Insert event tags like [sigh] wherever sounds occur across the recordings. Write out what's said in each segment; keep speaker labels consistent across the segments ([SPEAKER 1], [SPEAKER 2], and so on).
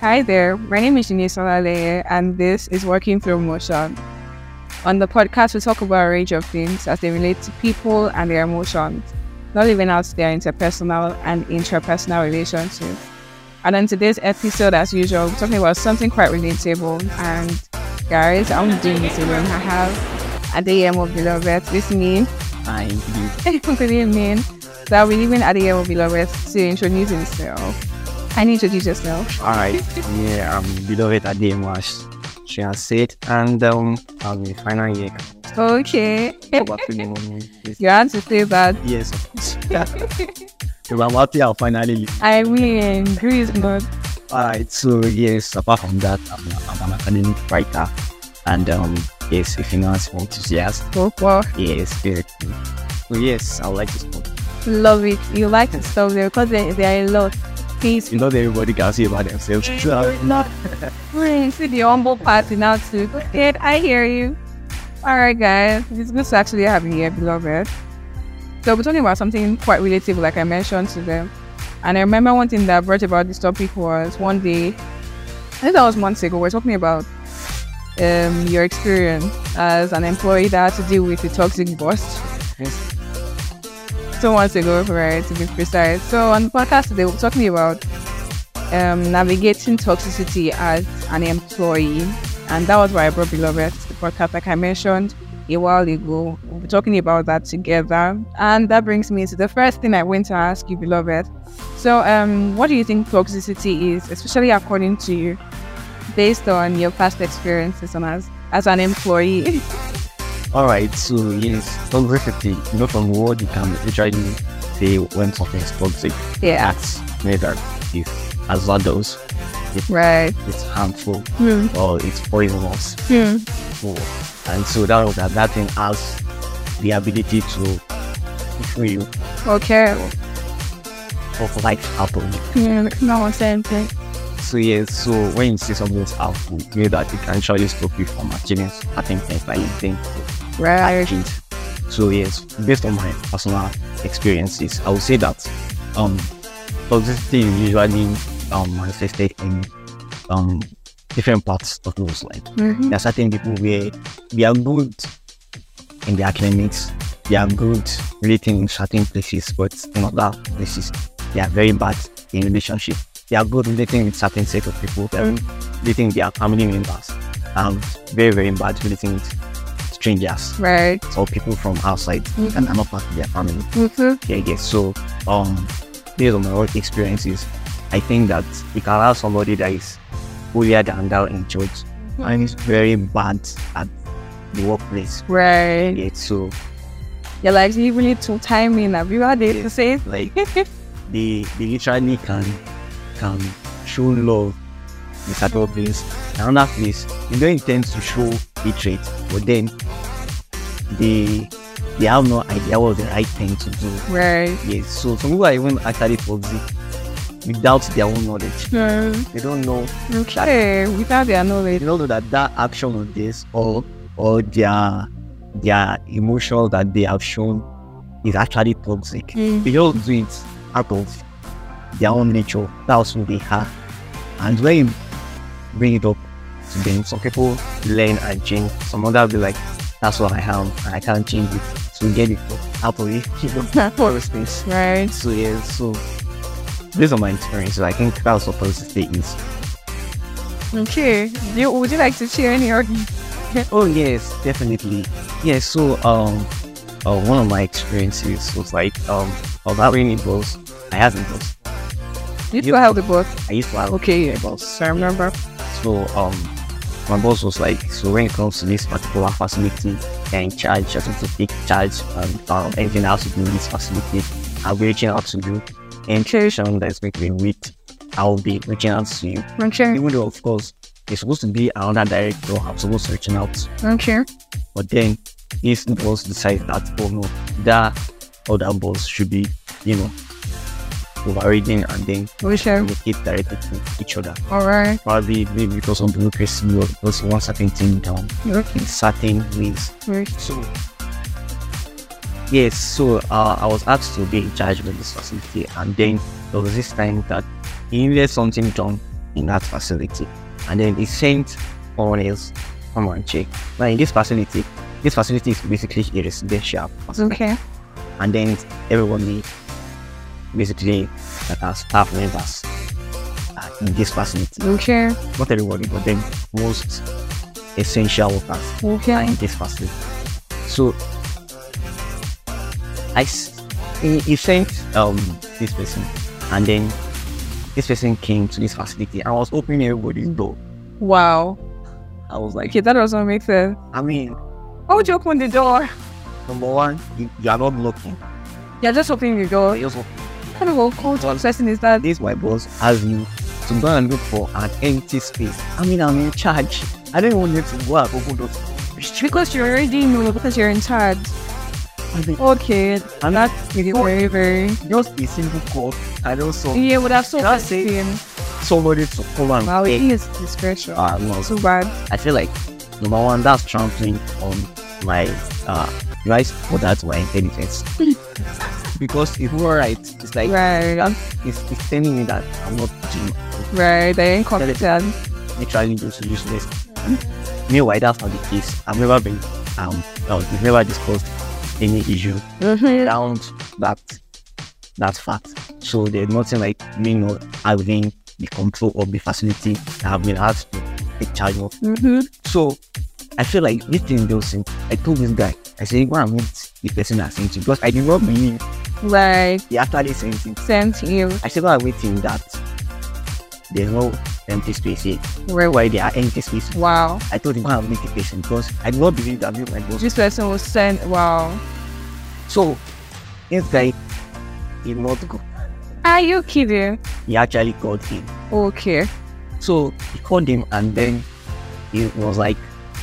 [SPEAKER 1] Hi there, my name is Janice Olaleye, and this is Working Through Motion. On the podcast, we talk about a range of things as they relate to people and their emotions, not even out their interpersonal and intrapersonal relationships. And on today's episode, as usual, we're talking about something quite relatable. And guys, I'm doing this alone. I have at the end of beloved. This means
[SPEAKER 2] I
[SPEAKER 1] [laughs] good evening. So I'll be leaving at the end of beloved to introduce himself. Can you introduce yourself?
[SPEAKER 2] All right. Yeah, I'm beloved Ademas. She has said, and um, I'll be final year.
[SPEAKER 1] Okay.
[SPEAKER 2] About to the moment. Yes.
[SPEAKER 1] You had to say that.
[SPEAKER 2] Yes, [laughs] of course. If I'm happy, I'll finally leave.
[SPEAKER 1] I mean, who is not?
[SPEAKER 2] All right. So yes, apart from that, I'm, I'm an academic writer, and um, yes, a finance enthusiast.
[SPEAKER 1] Oh, wow.
[SPEAKER 2] Yes, basically. So yes, I like this book.
[SPEAKER 1] Love it. You like to stop there because there, there are a lot. Please,
[SPEAKER 2] You know, that everybody can say about themselves. So, not
[SPEAKER 1] please see the humble part now too. Okay, I hear you. All right, guys. It's good to actually have you here, beloved. So we're talking about something quite relatable, like I mentioned to them. And I remember one thing that brought about this topic was one day, I think that was months ago, we are talking about um, your experience as an employee that had to deal with a toxic boss. two months ago, right, to be precise. So on the podcast today, we're talking about um, navigating toxicity as an employee. And that was why I brought Beloved to the podcast, like I mentioned a while ago. We'll be talking about that together. And that brings me to the first thing I want to ask you, Beloved. So, um, what do you think toxicity is, especially according to you, based on your past experiences and as, as an employee? [laughs]
[SPEAKER 2] All right, so yes, toxicity, you know, from what you can literally say when something is toxic,
[SPEAKER 1] yeah,
[SPEAKER 2] acts whether it's as adults,
[SPEAKER 1] right.
[SPEAKER 2] it's harmful,
[SPEAKER 1] Hmm.
[SPEAKER 2] or it's poisonous.
[SPEAKER 1] Hmm.
[SPEAKER 2] So, and so that was that, that thing has the ability to kill you
[SPEAKER 1] Okay.
[SPEAKER 2] of life happen.
[SPEAKER 1] Yeah, no, I'm saying thing.
[SPEAKER 2] So yes, so when you see something is harmful, you know that it can actually stop you from achieving certain things like you think
[SPEAKER 1] Right.
[SPEAKER 2] achieved. So yes, based on my personal experiences, I would say that um toxicity is usually um manifested in um different parts of one's life.
[SPEAKER 1] Mhm.
[SPEAKER 2] There are certain people where they are good in their academics, they are good relating in certain places, but in other places they are very bad in relationship. They are good relating with certain set of people, they are good relating with their family members, and very, very bad relating with strangers
[SPEAKER 1] Right.
[SPEAKER 2] or people from outside and are not part of their family.
[SPEAKER 1] Mhm.
[SPEAKER 2] Yeah, yes. So, um, based on my own experiences, I think that you can have somebody that is holier than thou in church and is very bad at the workplace.
[SPEAKER 1] Right.
[SPEAKER 2] Yeah, so
[SPEAKER 1] You're like, you really took time in. Have you had it to say?
[SPEAKER 2] like they they literally can can show love in certain place. Another place, they don't intend to show hatred, but then they they have no idea what the right thing to do.
[SPEAKER 1] right.
[SPEAKER 2] Yes, so some people are even actually toxic without their own knowledge.
[SPEAKER 1] Mm.
[SPEAKER 2] They don't know.
[SPEAKER 1] Okay. Without their
[SPEAKER 2] They
[SPEAKER 1] knowledge.
[SPEAKER 2] don't know that that action on this or or their their emotion that they have shown is actually toxic.
[SPEAKER 1] Mm.
[SPEAKER 2] They don't do it out of their own nature. That's who they are. And when you bring it up to them, some people learn and change. Some others be like, "That's what I am. and I can't change it." So get it out of it. You know, space.
[SPEAKER 1] Right.
[SPEAKER 2] So yeah, so based on my experience, I think that was what positive is.
[SPEAKER 1] Okay. Do you, would you like to share any of
[SPEAKER 2] Oh yes, definitely. Yeah, so um uh, one of my experiences was like um I was having a boss. I had a boss.
[SPEAKER 1] Did you
[SPEAKER 2] Yeah.
[SPEAKER 1] have the book?
[SPEAKER 2] I used to have
[SPEAKER 1] Okay.
[SPEAKER 2] a boss.
[SPEAKER 1] So I remember.
[SPEAKER 2] So um my boss was like, so when it comes to this particular facility, you're in charge, you're supposed to take charge and um, anything else to do with this facility. I'll be reaching out to you. And tradition that's going to be with, I'll be reaching out to you.
[SPEAKER 1] Okay. Okay.
[SPEAKER 2] But then this boss decides that oh no, that other boss should be, you know, overriding and then
[SPEAKER 1] We share.
[SPEAKER 2] communicate directly to each other.
[SPEAKER 1] All right.
[SPEAKER 2] Probably maybe because of bureaucracy or because one certain thing down
[SPEAKER 1] Okay.
[SPEAKER 2] in certain ways.
[SPEAKER 1] Right.
[SPEAKER 2] So Yes, so uh, I was asked to be in charge of this facility, and then there was this time that he needed something done in that facility, and then he sent someone else come and check. Now in this facility, this facility is basically a residential, facility,
[SPEAKER 1] Okay.
[SPEAKER 2] and then everyone basically that are staff members are in this facility.
[SPEAKER 1] Okay.
[SPEAKER 2] Not everybody, but then most essential workers
[SPEAKER 1] Okay.
[SPEAKER 2] this fasting. So I s- he, he sent um this person, and then this person came to this facility. I was opening everybody's door.
[SPEAKER 1] Wow.
[SPEAKER 2] I was like,
[SPEAKER 1] Okay, that doesn't make sense.
[SPEAKER 2] I mean,
[SPEAKER 1] How would you open the door?
[SPEAKER 2] number one, you, you are not looking.
[SPEAKER 1] You're just opening the
[SPEAKER 2] But
[SPEAKER 1] door.
[SPEAKER 2] you also-
[SPEAKER 1] What kind of "Oh, a cold person is that?
[SPEAKER 2] This my boss has you to go and look for an empty space. I mean, I'm in charge. I don't want you to go and open those.
[SPEAKER 1] Because you're already know because you're in charge.
[SPEAKER 2] I mean,
[SPEAKER 1] Okay.
[SPEAKER 2] I mean,
[SPEAKER 1] That's really very, very.
[SPEAKER 2] just a single call. I also
[SPEAKER 1] Yeah, would have so
[SPEAKER 2] Can I
[SPEAKER 1] much
[SPEAKER 2] say-
[SPEAKER 1] him.
[SPEAKER 2] somebody to come and
[SPEAKER 1] Mm. Wow, mm. it
[SPEAKER 2] take.
[SPEAKER 1] is discretion.
[SPEAKER 2] Uh, no,
[SPEAKER 1] So bad.
[SPEAKER 2] I feel like number one, that's trampling on my uh rights for that my intelligence. [laughs] because it's not right. It's like
[SPEAKER 1] Right. I'm-
[SPEAKER 2] it's, it's telling me that I'm not doing
[SPEAKER 1] Right. They're incompetent.
[SPEAKER 2] literally just useless. Meanwhile, that's not the case. I've never been um no, we've never discussed any issue
[SPEAKER 1] Mm-hmm.
[SPEAKER 2] around that that fact. So there's nothing like me not having the control of the facility that I've been asked to take charge of.
[SPEAKER 1] Mm-hmm.
[SPEAKER 2] So I feel like this thing those things. I told this guy, I said, go and meet the person that sent you because I did not believe
[SPEAKER 1] Like,
[SPEAKER 2] he actually sent it.
[SPEAKER 1] sent you.
[SPEAKER 2] I said, go and meet him that there's no empty space here.
[SPEAKER 1] Where
[SPEAKER 2] Why there are empty spaces?
[SPEAKER 1] Wow.
[SPEAKER 2] I told him, go and meet the person because I did not believe that you might go.
[SPEAKER 1] This person was sent. Wow.
[SPEAKER 2] So this guy did not go.
[SPEAKER 1] Are you kidding?
[SPEAKER 2] He actually called him.
[SPEAKER 1] Okay.
[SPEAKER 2] So he called him and then he was like,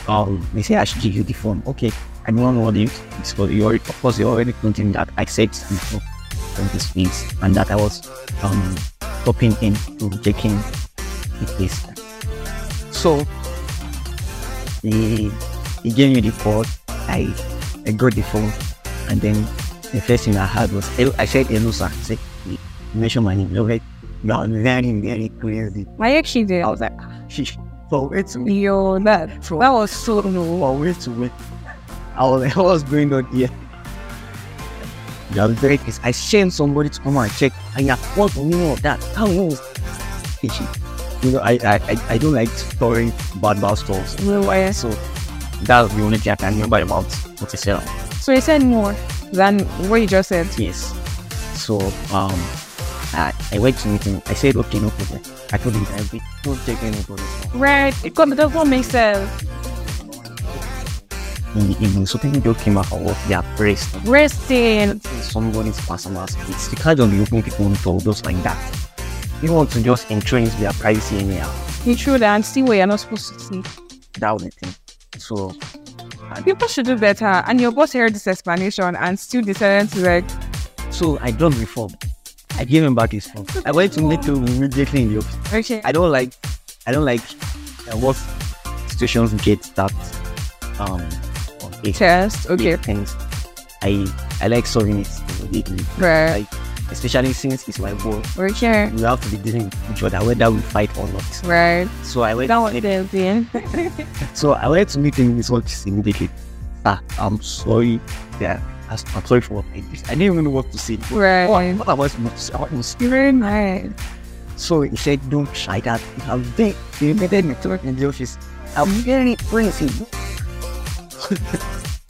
[SPEAKER 2] um, they say I should give you the phone. Okay, I don't know what it is, but you already, of course, you already told him that I said before from this place and that I was um stopping in to check in the place. So he, he gave me the call. I I got the phone and then the first thing I had was hello- I said hello sir. I said, "You mentioned my name. He was Like, you are very, very crazy.
[SPEAKER 1] Are you kidding?
[SPEAKER 2] I was like, "Ah, she for wait to me,
[SPEAKER 1] Yo, that, that was so low.
[SPEAKER 2] for wait to me. I was like, [laughs] what's going on here? The very is I sent somebody to come and check. And yeah, what do you know of that? How you know? you know, I, I I- I don't like storing bad bad stories.
[SPEAKER 1] No way.
[SPEAKER 2] So that's the only thing I can remember about what I said.
[SPEAKER 1] So he said more than what you just said.
[SPEAKER 2] Yes. So um I, I went to meet him. I said okay no problem. I told him I don't take any problem.
[SPEAKER 1] Right. It come- it doesn't make sense.
[SPEAKER 2] In the evening. So people just came out and was their praise.
[SPEAKER 1] Resting.
[SPEAKER 2] somebody's personal space. You can't just be opening people's door just like that. You want to just entrench their privacy anyhow.
[SPEAKER 1] You should and see what you're not supposed to see.
[SPEAKER 2] That was the thing. So
[SPEAKER 1] People should do better. And your boss heard this explanation and still decided to like
[SPEAKER 2] so I done reform. I gave him back his phone. I went to meet him immediately in the office.
[SPEAKER 1] Okay.
[SPEAKER 2] I don't like I don't like uh, what situations get that um on it.
[SPEAKER 1] Test. Okay.
[SPEAKER 2] Things. I I like solving it immediately.
[SPEAKER 1] Uh. Right.
[SPEAKER 2] Especially since it's my boy.
[SPEAKER 1] Okay.
[SPEAKER 2] We have to be dealing with each other whether we fight or not.
[SPEAKER 1] Right.
[SPEAKER 2] So I went
[SPEAKER 1] That
[SPEAKER 2] to
[SPEAKER 1] was
[SPEAKER 2] meet
[SPEAKER 1] the thing.
[SPEAKER 2] So I wanted to meet him in his office immediately. Ah, I'm sorry. Yeah, I'm I'm sorry for what I did. I didn't even know what to say.
[SPEAKER 1] [laughs] Right.
[SPEAKER 2] What I was supposed to say, I was supposed
[SPEAKER 1] You're very nice.
[SPEAKER 2] to- So he said, don't shy that. I'm there. He invited me to work in the office. I'm very crazy.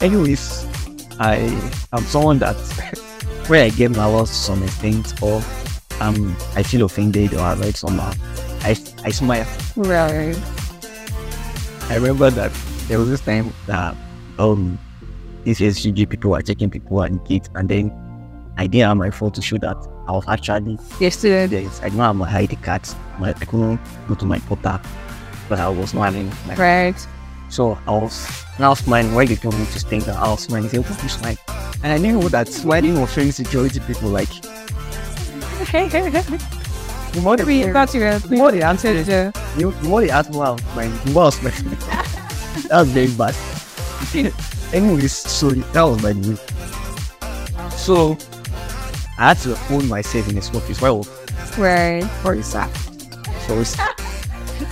[SPEAKER 2] [laughs] Anyways, I am someone that [laughs] when I get malware to some things or um I feel offended or I like somehow, I I smile.
[SPEAKER 1] Right.
[SPEAKER 2] I remember that there was this time that um these SGG people were checking people and kids and then I didn't have my phone to show that I was actually
[SPEAKER 1] Yesterday.
[SPEAKER 2] there. I didn't have my ID cards. My, I couldn't go to my portal but I was smiling.
[SPEAKER 1] [laughs]
[SPEAKER 2] Like,
[SPEAKER 1] Right.
[SPEAKER 2] So I was and I was smiling when they told me to stay there. I was smiling. They said, "Why you smiling?" And I knew that smiling was showing security people like the more they,
[SPEAKER 1] We got you. We
[SPEAKER 2] What the answer is-
[SPEAKER 1] Yeah.
[SPEAKER 2] the more they asked me, I was smiling. The more I was smiling. that was very bad. Anyways, so that was my new So I had to hold myself in a small place. Well,
[SPEAKER 1] Right.
[SPEAKER 2] for that? So it's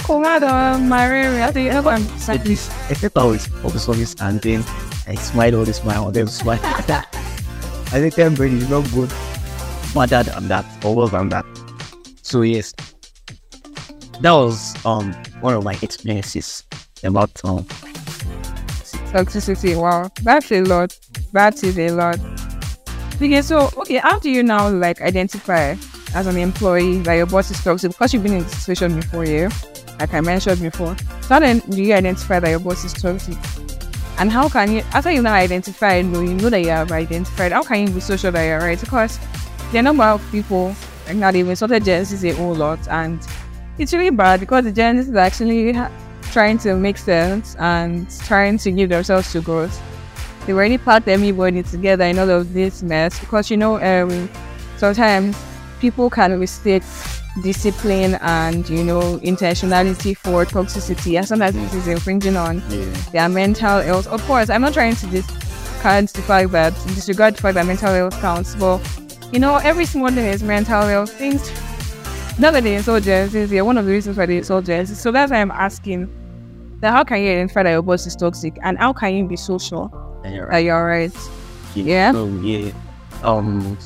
[SPEAKER 1] Come on, Mary. I think I'm
[SPEAKER 2] at least except I was obviously standing. I smiled all the smile, all the smile. I think them brain is not good. Smarter than that, always than that. So yes, that was um one of my experiences about um
[SPEAKER 1] toxicity. Wow, that's a lot. That is a lot. Okay, so okay, how do you now like identify as an employee that your boss is toxic? Because you've been in this situation before, yeah. Like I mentioned before. So how then do you identify that your boss is toxic? And how can you after you've now identified no, you know that you have identified, how can you be so sure that you're right? Because the number of people like not even sorted agencies a whole lot and it's really bad because the journalist is actually ha- trying to make sense and trying to give themselves to growth. They already packed everybody together in all of this mess because you know um, sometimes people can mistake discipline and you know intentionality for toxicity and sometimes it is infringing on
[SPEAKER 2] yeah.
[SPEAKER 1] their mental health. Of course, I'm not trying to discard the fact that disregard the fact that mental health counts, but you know, every small thing is mental health. Things now that they insult Genesis, yeah, one of the reasons why they insult Genesis. So that's why I'm asking that how can you identify that your boss is toxic and how can you be so sure
[SPEAKER 2] And you're
[SPEAKER 1] that
[SPEAKER 2] right.
[SPEAKER 1] you're right? Yeah.
[SPEAKER 2] So yeah. Um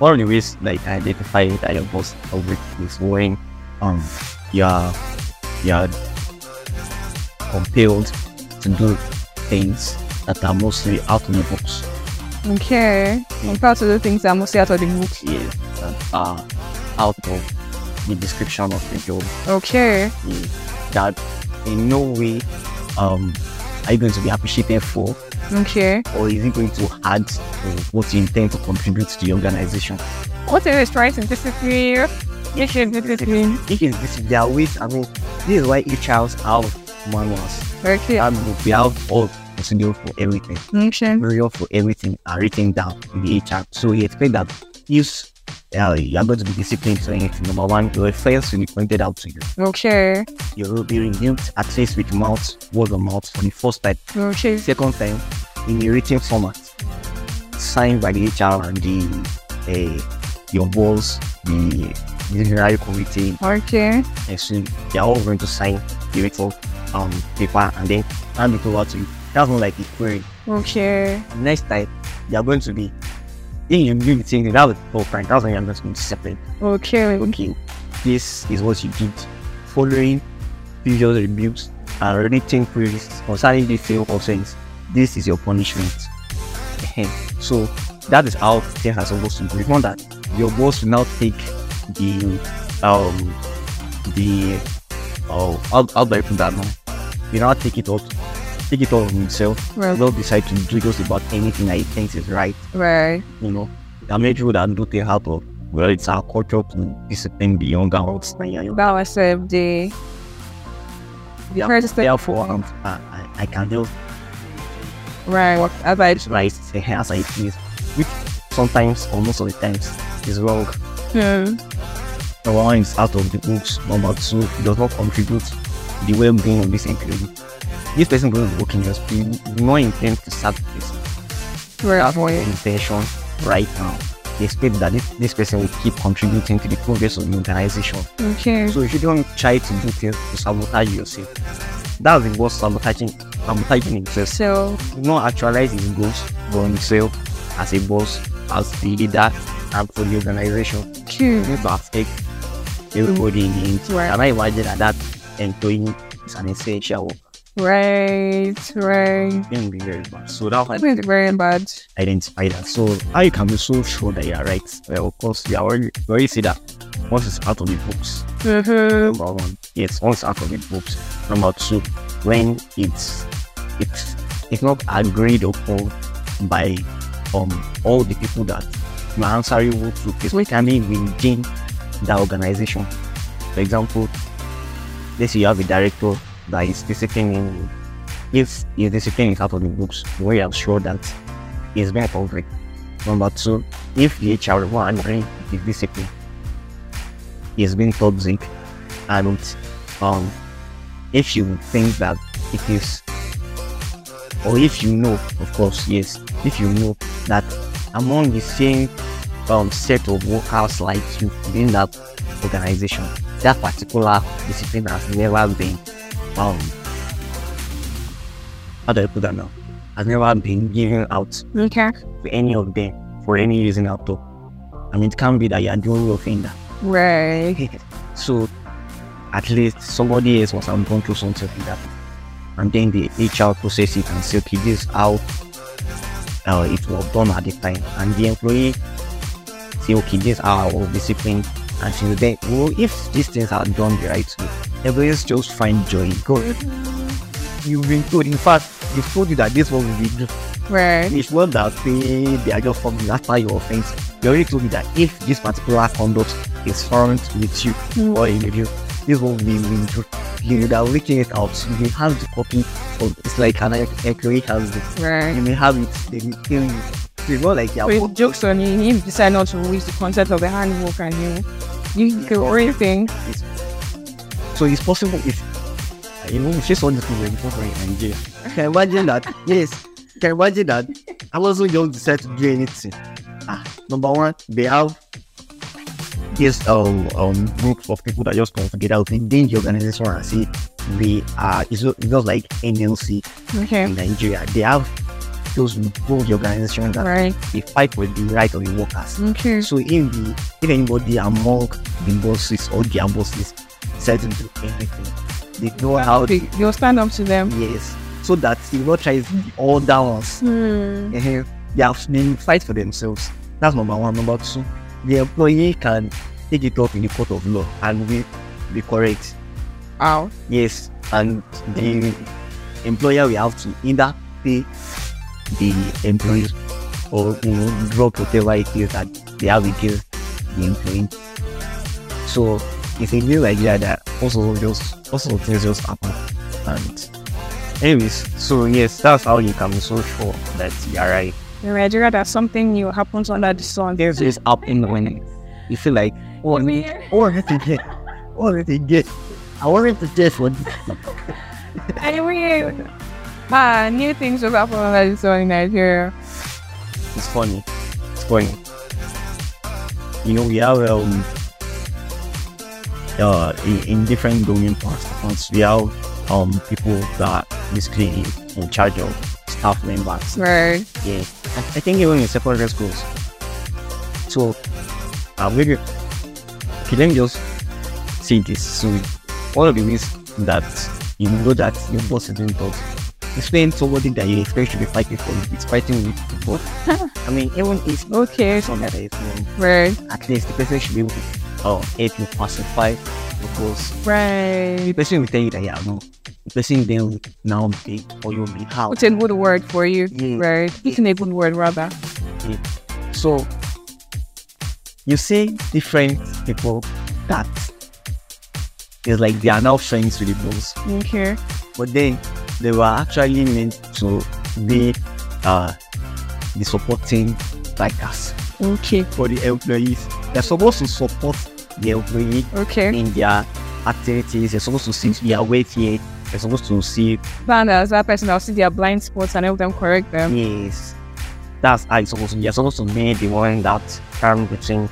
[SPEAKER 2] one of the ways like I identify that your boss over is when um you're you're compelled to do things that are mostly out of the box.
[SPEAKER 1] Okay. I'm proud to do things that are mostly out of the book.
[SPEAKER 2] Yeah. That are out of the description of the job.
[SPEAKER 1] Okay.
[SPEAKER 2] Yeah. That in no way um are you going to be appreciated for
[SPEAKER 1] Okay.
[SPEAKER 2] or is it going to add to what you intend to contribute to the organization?
[SPEAKER 1] What is right and discipline? You should discipline.
[SPEAKER 2] It is this is their ways. I mean, this is why each house have manuals.
[SPEAKER 1] Okay.
[SPEAKER 2] And we have all procedure for everything.
[SPEAKER 1] Okay.
[SPEAKER 2] Manual for everything are written down in the HR. So we expect that if uh, you are going to be disciplined for anything, number one, your affairs will be pointed out to you.
[SPEAKER 1] Okay.
[SPEAKER 2] You will be renewed at least with mouth, word of mouth for the first time.
[SPEAKER 1] Okay.
[SPEAKER 2] Second time, in a written format, signed by the HR and the uh, your boss, the disciplinary committee,
[SPEAKER 1] Okay.
[SPEAKER 2] and soon they are all going to sign the written um, paper and then hand it over to you. That's not like a query.
[SPEAKER 1] Okay.
[SPEAKER 2] Next time, they are going to be, then you do the thing, that was all fine. That's when you're going to be separate.
[SPEAKER 1] Okay.
[SPEAKER 2] Okay, this is what you did. Following previous reviews and written queries concerning the field of things, this is your punishment. Ehem. so that is how things are supposed to be. It's not that your boss will now take the um the oh how how do I put that now? You now take it all take it all on himself.
[SPEAKER 1] Right.
[SPEAKER 2] Will decide to do just about anything that he thinks is right
[SPEAKER 1] Right.
[SPEAKER 2] you know, there are many people that do things out of well, it's our culture to discipline the younger ones. you know.
[SPEAKER 1] That was a day. The first step.
[SPEAKER 2] Therefore, um, I, I- I can do
[SPEAKER 1] Right. What, as I
[SPEAKER 2] it's right as I please, which sometimes or most of the times is wrong.
[SPEAKER 1] Yeah.
[SPEAKER 2] Number one is out of the books. Number two, it does not contribute to the well-being of this employee. This person going to work in just be no intent to serve the person.
[SPEAKER 1] Right.
[SPEAKER 2] have
[SPEAKER 1] Avoid.
[SPEAKER 2] intention right now. They expect that this, this person will keep contributing to the progress of the organization.
[SPEAKER 1] Okay.
[SPEAKER 2] So if you don't try to do things to sabotage yourself, that's the worst sabotaging sabotaging himself.
[SPEAKER 1] So
[SPEAKER 2] Do not actualize his goals for himself as a boss, as the leader, and for the organization.
[SPEAKER 1] cute.
[SPEAKER 2] You need to affect everybody in the entity.
[SPEAKER 1] Right.
[SPEAKER 2] Can I imagine that that employee is an essential worker?
[SPEAKER 1] Right. Right.
[SPEAKER 2] It will be very bad. So that's
[SPEAKER 1] I
[SPEAKER 2] how
[SPEAKER 1] think it's very bad.
[SPEAKER 2] I identify that. So how you can be so sure that you are right? Well, of course, you already we already see that once it's out of the books.
[SPEAKER 1] Mm-hmm.
[SPEAKER 2] number one, yes, once out of the books. Number two, when it's it's it's not agreed upon by um all the people that you are answering to, especially within that organization. For example, let's say you have a director that is disciplining you. If your discipline is out of the books, we are sure that it's being conflict. Number two, if the HR one agree with the discipline, it's been toxic and um if you think that it is or if you know of course yes if you know that among the same um, set of workers like you within that organization. That particular discipline has never been um how do I put that now? Has never been given out
[SPEAKER 1] Okay.
[SPEAKER 2] to any of them for any reason at all. I mean it can't be that you are the only offender.
[SPEAKER 1] Right.
[SPEAKER 2] so at least somebody else was have gone through something like that. And then the HR process it and say, okay, this is how uh, it was done at the time. And the employee say, okay, this is how I was disciplined. And she was there, well, if these things are done the right way, employees just find joy. in God, you've been told, in fact, they told you that this was what we do.
[SPEAKER 1] Right.
[SPEAKER 2] It's not that they, they are just forming after your offense. They already told you that if this particular conduct is found with you or in you, this will be with you. You are leaking it out. You have the copy of it's like an employee has it. You
[SPEAKER 1] Right.
[SPEAKER 2] may have it, they will kill you. So it's not like you're
[SPEAKER 1] With jokes on you, you decide not to reach the concept of the handbook and you you do everything.
[SPEAKER 2] So it's possible if uh, you know she saw this movie before going and jail. I can imagine that. yes, I can imagine that. I wasn't just decide to do anything. Ah, number one, they have this um, um group of people that just come together within the organization and see we are it's not it's not like NLC in
[SPEAKER 1] Okay.
[SPEAKER 2] Nigeria. They have those both organizations that
[SPEAKER 1] Right.
[SPEAKER 2] they fight for the right of the workers.
[SPEAKER 1] Okay.
[SPEAKER 2] So if the if anybody among the bosses or their bosses decides to do anything, they know how
[SPEAKER 1] They- You'll stand up to them.
[SPEAKER 2] yes. So that you not try the other ones.
[SPEAKER 1] Hmm.
[SPEAKER 2] Eh, They have they fight for themselves. That's number one. Number two, the employee can take it up in the court of law and we be correct.
[SPEAKER 1] Ow.
[SPEAKER 2] Yes. And the employer will have to either pay the employee or you know, drop whatever it is that they have against the employee. So it's a new idea that also just also things just happen. And anyways, so yes, that's how you can be so sure that you're right.
[SPEAKER 1] In Nigeria, that something new happens under the sun.
[SPEAKER 2] Things just happen when you feel like oh
[SPEAKER 1] Weird.
[SPEAKER 2] oh that's a get oh that's a get I wanted to just one
[SPEAKER 1] Anyway, ah, new things will happen under the sun in Nigeria.
[SPEAKER 2] It's funny. It's funny. You know, we have um, uh, in, in different domain parts, we have um, people that basically in charge of staff members.
[SPEAKER 1] Right.
[SPEAKER 2] Yeah. I, I think even in secondary schools. So, uh, maybe, okay, let me just say this. So, one of the ways that you know that your boss is doing boss is when somebody that you expect to be fighting for you is fighting with the boss. I mean, even if
[SPEAKER 1] Okay.
[SPEAKER 2] something that is wrong,
[SPEAKER 1] Right.
[SPEAKER 2] at least the person should be able to uh, help you pacify your boss. The
[SPEAKER 1] Right.
[SPEAKER 2] person will tell you that, yeah, no. The person then will now be or you'll be how.
[SPEAKER 1] Put in good word for you.
[SPEAKER 2] Yeah.
[SPEAKER 1] Right. Put in a good word rather.
[SPEAKER 2] Mm. So you see different people that it's like they are now friends with the boss,
[SPEAKER 1] Okay.
[SPEAKER 2] but then they were actually meant to be uh the supporting bikers
[SPEAKER 1] Okay.
[SPEAKER 2] for the employees. They're supposed to support the employee
[SPEAKER 1] Okay.
[SPEAKER 2] in their activities, they're supposed to see their weight here, they're supposed to see
[SPEAKER 1] Found as that person, I'll see their blind spots and help them correct them.
[SPEAKER 2] Yes. That's how it's supposed to be. You're supposed to be the one that can between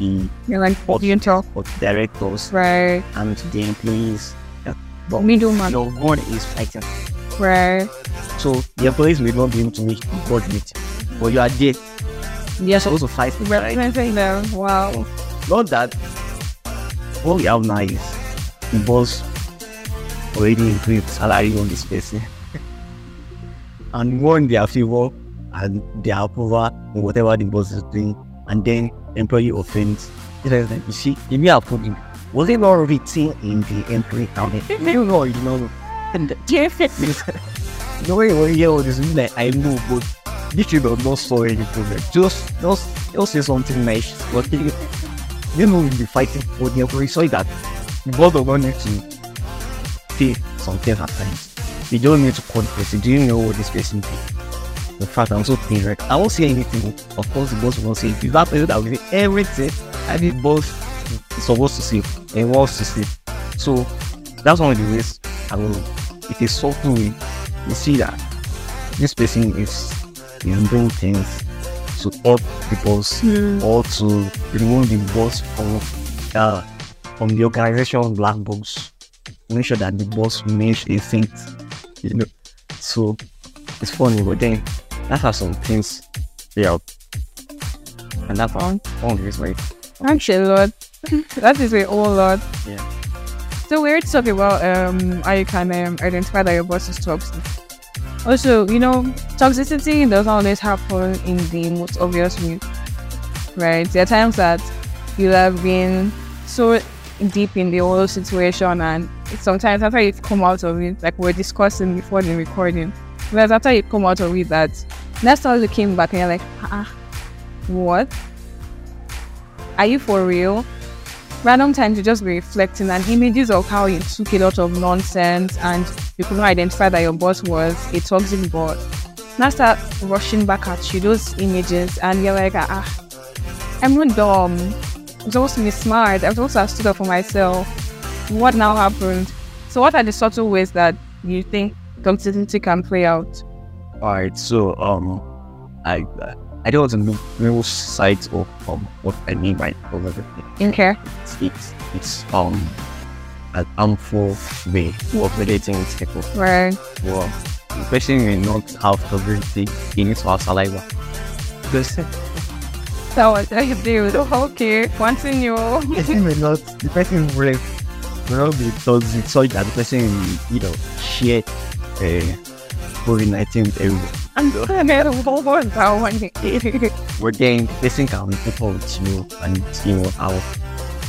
[SPEAKER 2] the
[SPEAKER 1] You're like,
[SPEAKER 2] What?
[SPEAKER 1] you talk.
[SPEAKER 2] or directors
[SPEAKER 1] Right.
[SPEAKER 2] and the employees. Yeah.
[SPEAKER 1] Oh.
[SPEAKER 2] But
[SPEAKER 1] Middleman.
[SPEAKER 2] your God is fighting.
[SPEAKER 1] Right.
[SPEAKER 2] So the employees may not be able to make the God meeting. But you are there.
[SPEAKER 1] Yes.
[SPEAKER 2] You're supposed to fight. Right?
[SPEAKER 1] Representing them. [laughs] Wow.
[SPEAKER 2] Not that what we have now is the boss already increased salary on this person [laughs] and won their favor and their approval in whatever the boss is doing and then employee offense. It's like that, You see, if you are putting was it not written in the employee calendar? No, no, you know. And [laughs] no way one year old is like I know, but this should not solve any problem. Just just just say something nice. But you you know we'll be fighting for the employee so that both of us need to say something at times. We don't need to call the person. Do you know what this person did? In fact, I'm so pain right. I won't say anything. Of course, the boss won't say. If that person that will say everything, I the boss is supposed to say and wants to say. So that's one of the ways I will. It is subtle way. You see that this person is is doing things to up the boss or to remove the boss from uh, from the organization's black box. Make sure that the boss remains distinct. You know, so it's funny, but then that's how some things play out, and that's how all this way.
[SPEAKER 1] Thanks a lot. [laughs] that is a whole lot.
[SPEAKER 2] Yeah.
[SPEAKER 1] So we are talking about um, how you can um, identify that your boss is toxic. Also, you know, toxicity doesn't always happen in the most obvious way, right? There are times that you have been so deep in the whole situation, and sometimes after you come out of it, like we were discussing before the recording, whereas after you come out of it, that next time you came back and you're like, ah, what? Are you for real? random times you just be reflecting and images of how you took a lot of nonsense and you could not identify that your boss was a toxic boss. Now start rushing back at you those images and you're like, ah, ah, I'm not dumb. I'm supposed to be smart. I'm supposed to have stood up for myself. What now happened? So what are the subtle ways that you think toxicity can play out?
[SPEAKER 2] All right, so um, I uh, I don't know the real sides of um, what I mean by everything.
[SPEAKER 1] Okay.
[SPEAKER 2] It's it's, it's um an harmful way of relating with people.
[SPEAKER 1] Right.
[SPEAKER 2] Well, especially when you not have stability in its our saliva. Because
[SPEAKER 1] That was [laughs] a dude. Okay. Continue. [laughs]
[SPEAKER 2] the person will not the person will will not be toxic so that the person will, you know share uh, COVID nineteen with everyone.
[SPEAKER 1] I'm gonna hold on that [laughs] one.
[SPEAKER 2] we're getting this income people with you and you know I've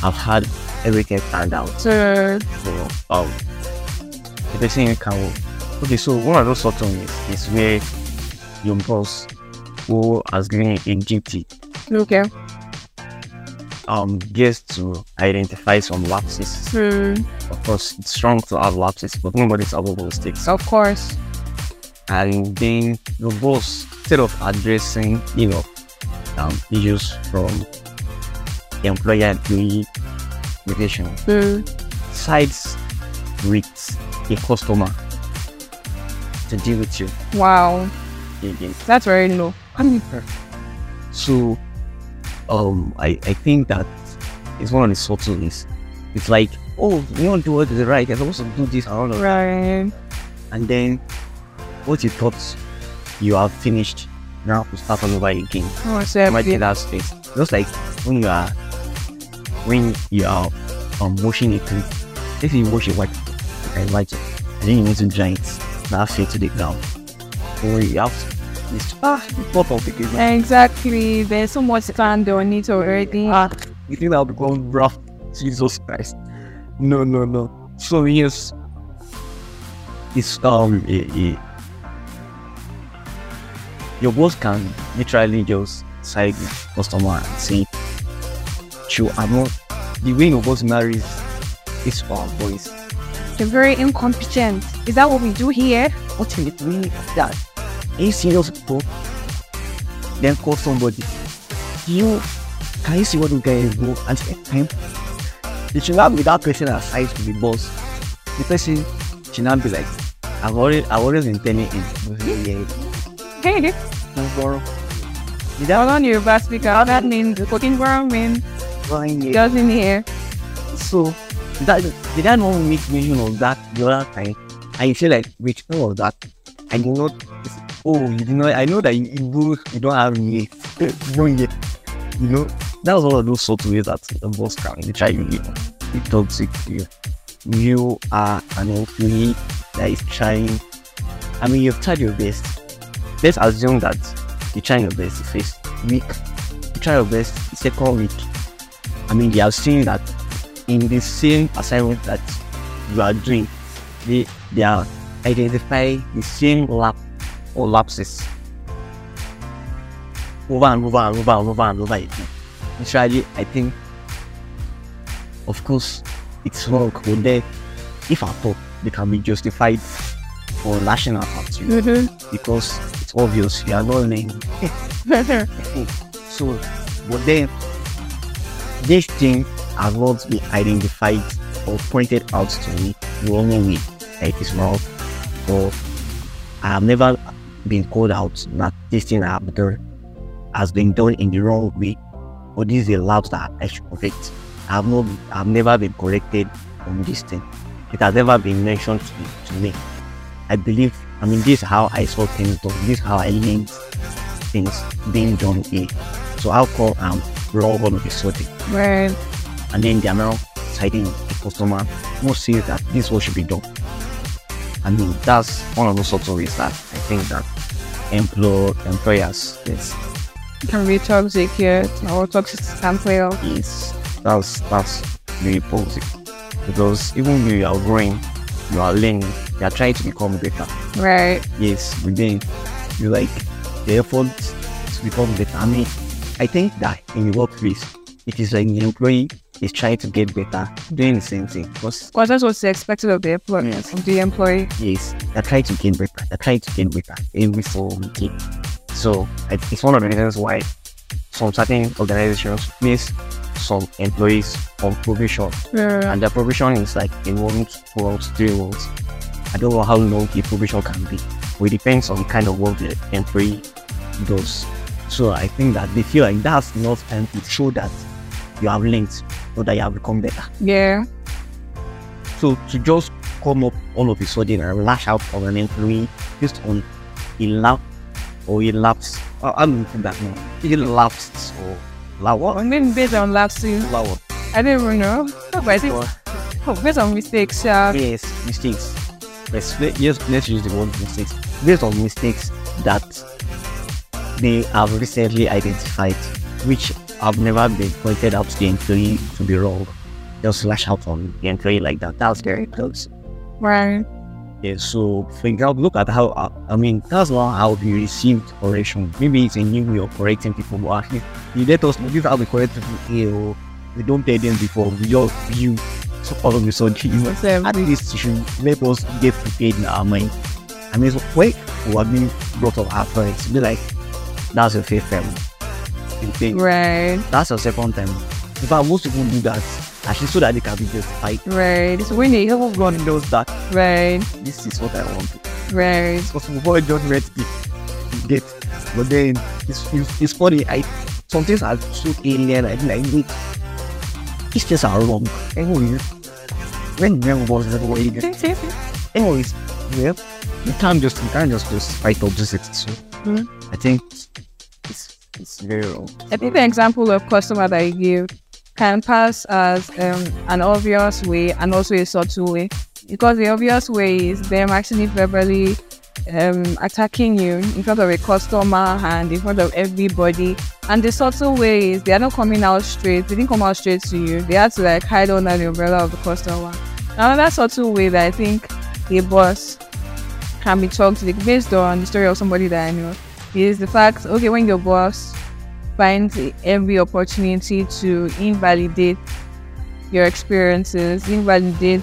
[SPEAKER 2] I've had everything planned out
[SPEAKER 1] so,
[SPEAKER 2] so um the person income okay so one of those sort of ways is where your boss who has given you a duty
[SPEAKER 1] okay.
[SPEAKER 2] um gets to identify some lapses
[SPEAKER 1] So,
[SPEAKER 2] of course it's wrong to have lapses but nobody's above mistakes
[SPEAKER 1] of course.
[SPEAKER 2] and then your boss instead of addressing you know um, issues from employer employee relation
[SPEAKER 1] So,
[SPEAKER 2] sides with a customer to deal with you
[SPEAKER 1] wow.
[SPEAKER 2] again.
[SPEAKER 1] That's very low.
[SPEAKER 2] So um I, I think that it's one of the subtle ways. It's like, oh, you don't do what is right, you're supposed to do this and all of
[SPEAKER 1] Right.
[SPEAKER 2] and then what you thought you have finished now to start all over again.
[SPEAKER 1] Oh, so
[SPEAKER 2] might be
[SPEAKER 1] empty.
[SPEAKER 2] that space. Just like when you are when you are um, washing a clothes, if you wash it white and light it, and then you need to dry it, now fit to the ground. Or you have to it's ah it's not of the man.
[SPEAKER 1] Exactly. There's so much sand on it already.
[SPEAKER 2] Ah, you think that'll become rough. Jesus Christ. No no no. So yes. It's um eh, eh. your boss can literally just side the customer and say true I'm not the way your boss marries is for our boys.
[SPEAKER 1] You're very incompetent. Is that what we do here?
[SPEAKER 2] What in the way of that? Are you serious bro? Then call somebody. Do you can you see what the guy is doing and spend time? You should not be that person aside to the boss. The person should not be like I've already I've always been telling him yeah,
[SPEAKER 1] Hey,
[SPEAKER 2] don't borrow. Is
[SPEAKER 1] hold
[SPEAKER 2] that
[SPEAKER 1] on, you bastard. That means the cooking ground means
[SPEAKER 2] fine? Yeah.
[SPEAKER 1] just in here.
[SPEAKER 2] So that did I not make mention of that the other time? And you feel like wait, what was that? I did not oh you did not I know that you, you don't you don't have me [laughs] you don't get you know that was one of those sort of ways that the boss can literally you know, be toxic to you. You are an employee that is trying I mean you've tried your best. Let's assume that you're trying your best the first week. You try your best the second week. I mean they have seen that in the same assignment that you are doing, they, they are identify the same lap or lapses over and over and over and over and over again. Literally, I think, of course, it's wrong, but then, if at all, they can be justified for lashing out at you because it's obvious you are not learning
[SPEAKER 1] Mm-hmm.
[SPEAKER 2] so, but then, this thing has not been identified or pointed out to me the only way that it is wrong. Or I have never been called out that this thing I have done has been done in the wrong way, or this is a lapse that I should correct. I've not, I've never been corrected on this thing. It has never been mentioned to, to me. I believe, I mean, this is how I saw things done. This is how I linked things being done here. So um, how come I'm wrong on the sorting?
[SPEAKER 1] [laughs] Right.
[SPEAKER 2] and then they are now citing the customer who says that this is what should be done. I mean, that's one of those sorts of ways that I think that employ, employers, yes,
[SPEAKER 1] It can be toxic, yeah, or toxic cancel.
[SPEAKER 2] is that's that's very positive because even though you are growing, you are learning, you are trying to become better.
[SPEAKER 1] Right.
[SPEAKER 2] Yes, but then you like the effort to become better. I mean, I think that in the workplace, it is like the employee is trying to get better, doing the same thing because
[SPEAKER 1] Because that's what's expected of the employee.
[SPEAKER 2] Yes.
[SPEAKER 1] Of the employee.
[SPEAKER 2] Yes, they're trying to gain break. They're trying to gain break every single week. So I- it's one of the reasons why some certain organizations place some employees on probation,
[SPEAKER 1] Yeah.
[SPEAKER 2] and their probation is like a month, two months, three months. I don't know how long the probation can be. It depends on the kind of work the employee does. So I think that they feel like that's enough time to show that you have learned or that you have become better.
[SPEAKER 1] yeah.
[SPEAKER 2] So to just come up all of a sudden and lash out on an employee just on a lap or a lapse. I- I'm looking back now. He lapsed or la
[SPEAKER 1] I
[SPEAKER 2] what?
[SPEAKER 1] mean, based on lapses,
[SPEAKER 2] La what?
[SPEAKER 1] I don't even know. But I think oh, based on mistakes, yeah.
[SPEAKER 2] Yes, mistakes. Let's, let- yes, let's use the word mistakes. Based on mistakes that they have recently identified, which have never been pointed out to the employee to be wrong. Just lash out on the employee like that. That's very close.
[SPEAKER 1] Right.
[SPEAKER 2] Yeah, so for example, look at how uh, I mean that's not how we received correction. Maybe it's a new way of correcting people. But actually, you let us know this is how we correct people here. Or oh. we don't tell them before. We just view so all of a sudden. [laughs] You know,
[SPEAKER 1] What's up?
[SPEAKER 2] at least you should let us get prepared in our mind. I mean, so wait, we are being brought up our parents. Be like, that's your fifth time. You think
[SPEAKER 1] Right.
[SPEAKER 2] that's your second time. In fact, most people do that actually so that they can be justified.
[SPEAKER 1] Right. So when they have
[SPEAKER 2] Everyone knows that
[SPEAKER 1] right,
[SPEAKER 2] this is what I want to
[SPEAKER 1] right.
[SPEAKER 2] because we've all done red tape you get but then it's, it's, it's funny I some things are so alien I mean like wait these things are wrong anyway when when was that way again? anyways yeah you can't just you can't just just fight opposites so
[SPEAKER 1] Mhm.
[SPEAKER 2] I think it's it's very wrong
[SPEAKER 1] I think the example of customer that you give can pass as um, an obvious way and also a subtle way. Because the obvious way is them actually verbally um, attacking you in front of a customer and in front of everybody. And the subtle way is they are not coming out straight. They didn't come out straight to you. They had to like hide under the umbrella of the customer. Another subtle way that I think a boss can be toxic based on the story of somebody that I know is the fact, okay, when your boss finds every opportunity to invalidate your experiences, invalidate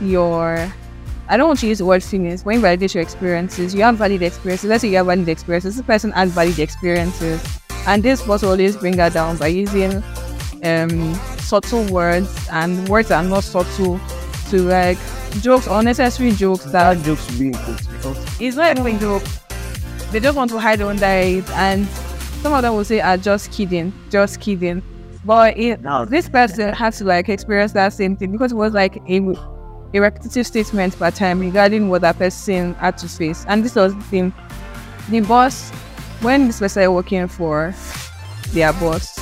[SPEAKER 1] your I don't want to use the word feelings, but invalidate your experiences. You have valid experiences. Let's say you have valid experiences. This person has valid experiences. And this boss will always bring her down by using um, subtle words and words that are not subtle to like jokes, unnecessary jokes that
[SPEAKER 2] jokes will be important because
[SPEAKER 1] it's not even joke. They just want to hide under it, and some of them will say, "Ah, just kidding, just kidding." But it,
[SPEAKER 2] No.
[SPEAKER 1] this person had to like experience that same thing because it was like a, a repetitive statement per time regarding what that person had to face, and this was the thing. The boss, when this person working for their boss,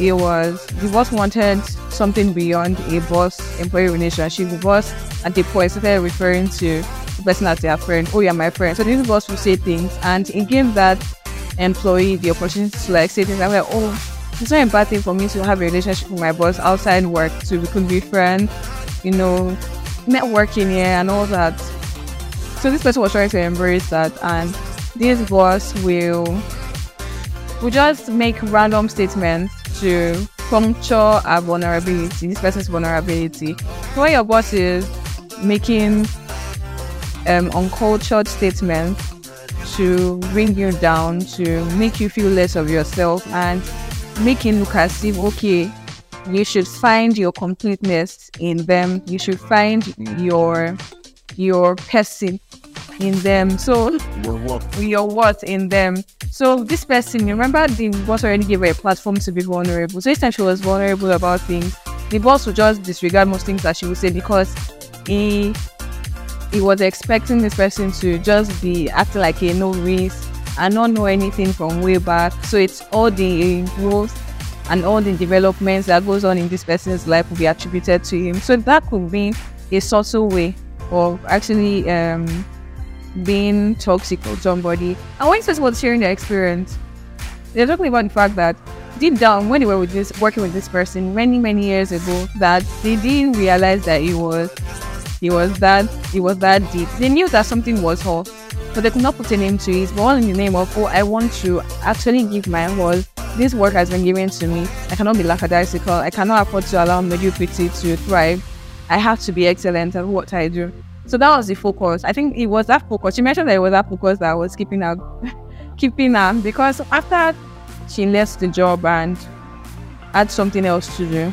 [SPEAKER 1] it was the boss wanted something beyond a boss employee relationship. The boss at the point started referring to the person as their friend. Oh, you're my friend. So this boss will say things, and it gave that employee the opportunity to like say things like, "Oh, it's not a bad thing for me to have a relationship with my boss outside work, so we could be friends, you know, networking here and all that." So this person was trying to embrace that, and this boss will we just make random statements to puncture our vulnerability, this person's vulnerability. So when your boss is making um, uncultured statements to bring you down, to make you feel less of yourself, and make it look as if, okay, you should find your completeness in them. You should find your your person in them. So
[SPEAKER 2] Your work.
[SPEAKER 1] your what in them. So this person, you remember the boss already gave her a platform to be vulnerable. So each time she was vulnerable about things, the boss would just disregard most things that she would say because he he was expecting this person to just be acting like a novice and not know anything from way back. So it's all the growth and all the developments that goes on in this person's life will be attributed to him. So that could be a subtle way of actually um, being toxic with somebody. And when this person was sharing their experience, they're talking about the fact that deep down, when they were with this working with this person many many years ago, that they didn't realize that it was it was that it was that deep. They knew that something was off, but they could not put a name to it. But all in the name of oh, I want to actually give my all. This work has been given to me. I cannot be lackadaisical. I cannot afford to allow mediocrity to thrive. I have to be excellent at what I do. So that was the focus. I think it was that focus. She mentioned that it was that focus that was keeping her, [laughs] keeping her because after she left the job and had something else to do,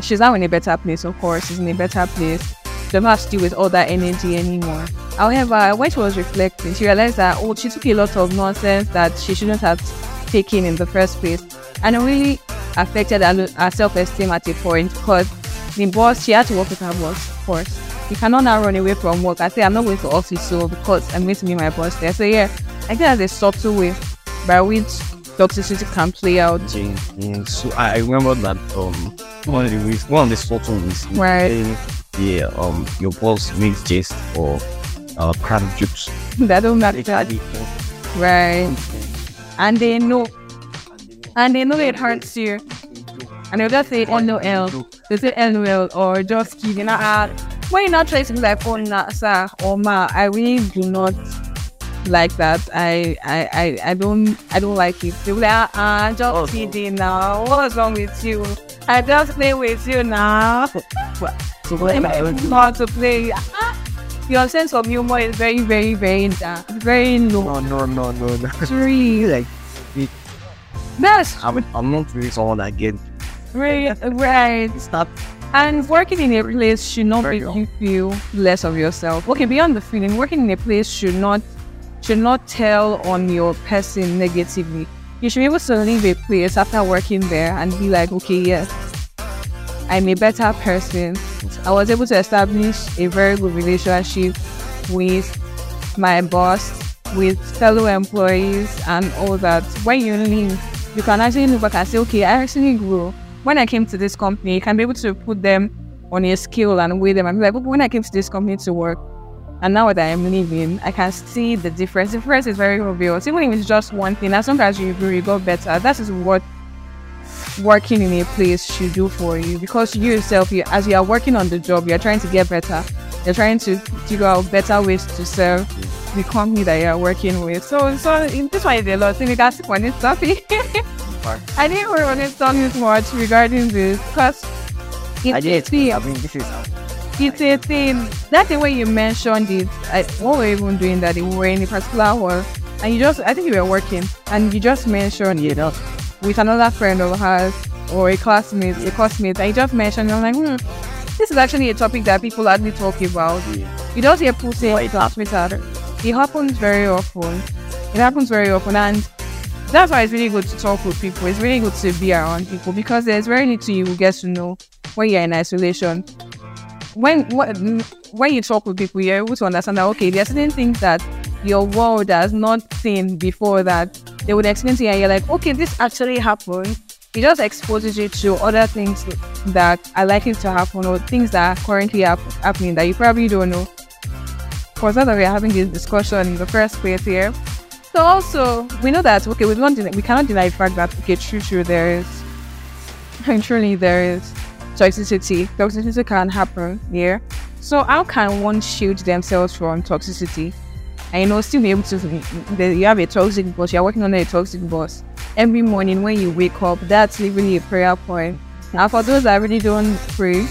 [SPEAKER 1] she's now in a better place. Of course, she's in a better place. She doesn't have to deal with all that energy anymore. However, when she was reflecting, she realized that oh, she took a lot of nonsense that she shouldn't have taken in the first place, and it really affected her, her self-esteem at a point because the boss she had to work with her boss, of course you cannot now run away from work. I say I'm not going to office so because I'm going to meet my boss there. So yeah, I think that's a subtle way by which toxicity can play out. [laughs]
[SPEAKER 2] Yeah, yeah. So I I remember that um one of the ways- one of the subtle ways is
[SPEAKER 1] Right.
[SPEAKER 2] saying, yeah um your boss makes jest or uh crab jokes.
[SPEAKER 1] That don't
[SPEAKER 2] They
[SPEAKER 1] matter,
[SPEAKER 2] can be fun.
[SPEAKER 1] right? And they know, and they know it hurts you. And they'll just say LOL. They say LOL or just kidding. Uh, when you're not trying to be like, oh, nah, sir, or ma, I really do not like that. I, I, I, I don't, I don't like it. They'll be like, ah, uh, just
[SPEAKER 2] Oh, no.
[SPEAKER 1] kidding now. What's wrong with you? I just play with you now.
[SPEAKER 2] So what am I even
[SPEAKER 1] Not to play. Ah, Your sense of humor is very, very, very, down- very low.
[SPEAKER 2] No no no no no.
[SPEAKER 1] Three.
[SPEAKER 2] Like it,
[SPEAKER 1] That's
[SPEAKER 2] I'm I'm not really someone that get
[SPEAKER 1] Right, right.
[SPEAKER 2] it's not
[SPEAKER 1] And working in a place should not
[SPEAKER 2] Very
[SPEAKER 1] make
[SPEAKER 2] wrong.
[SPEAKER 1] you feel less of yourself. Okay, beyond the feeling, working in a place should not should not tell on your person negatively. You should be able to leave a place after working there and be like, okay, yes, I'm a better person. I was able to establish a very good relationship with my boss, with fellow employees, and all that. When you leave, you can actually look back and say, okay, I actually grew. When I came to this company, you can be able to put them on a scale and weigh them and be like, "Okay, when I came to this company to work, and now that I'm leaving, I can see the difference. The difference is very obvious. Even if it's just one thing, as long as you grow, you got better. That is what working in a place should do for you because you yourself you, as you are working on the job you're trying to get better you're trying to figure out better ways to serve the company that you're working with so so in this one is a lot so we can speak on it [laughs] Sophie.
[SPEAKER 2] fun.
[SPEAKER 1] i didn't really want to talk this much regarding this because
[SPEAKER 2] I
[SPEAKER 1] it's
[SPEAKER 2] did.
[SPEAKER 1] a
[SPEAKER 2] I
[SPEAKER 1] thing.
[SPEAKER 2] mean this is
[SPEAKER 1] it's a thing that's the way you mentioned it I, what were you even doing that day? we were in a particular hall and you just i think you were working and you just mentioned
[SPEAKER 2] yeah that's
[SPEAKER 1] with another friend of hers or a classmate, a classmate, I just mentioned, I'm like, hmm, this is actually a topic that people hardly talk about.
[SPEAKER 2] yeah.
[SPEAKER 1] You don't hear people say
[SPEAKER 2] Why it
[SPEAKER 1] classmates are. It happens very often. It happens very often, and that's why it's really good to talk with people. It's really good to be around people because there's very little you will get to know when you're in isolation. When when when you talk with people, you're able to understand that okay, there are certain things that your world has not seen before that they would explain to you, and you're like, okay, this actually happened. It just exposes you to other things that are likely to happen or things that are currently hap- happening that you probably don't know. For that, we're having this discussion in the first place here. So also, we know that okay, we don't deny, we cannot deny the fact that okay, true, true, there is, [laughs] and truly there is toxicity. Toxicity can happen here. So how can one shield themselves from toxicity? And you know, still be able to. the- You have a toxic boss. You're working under a toxic boss. Every morning when you wake up, that's literally a prayer point. Now, for those that really don't pray,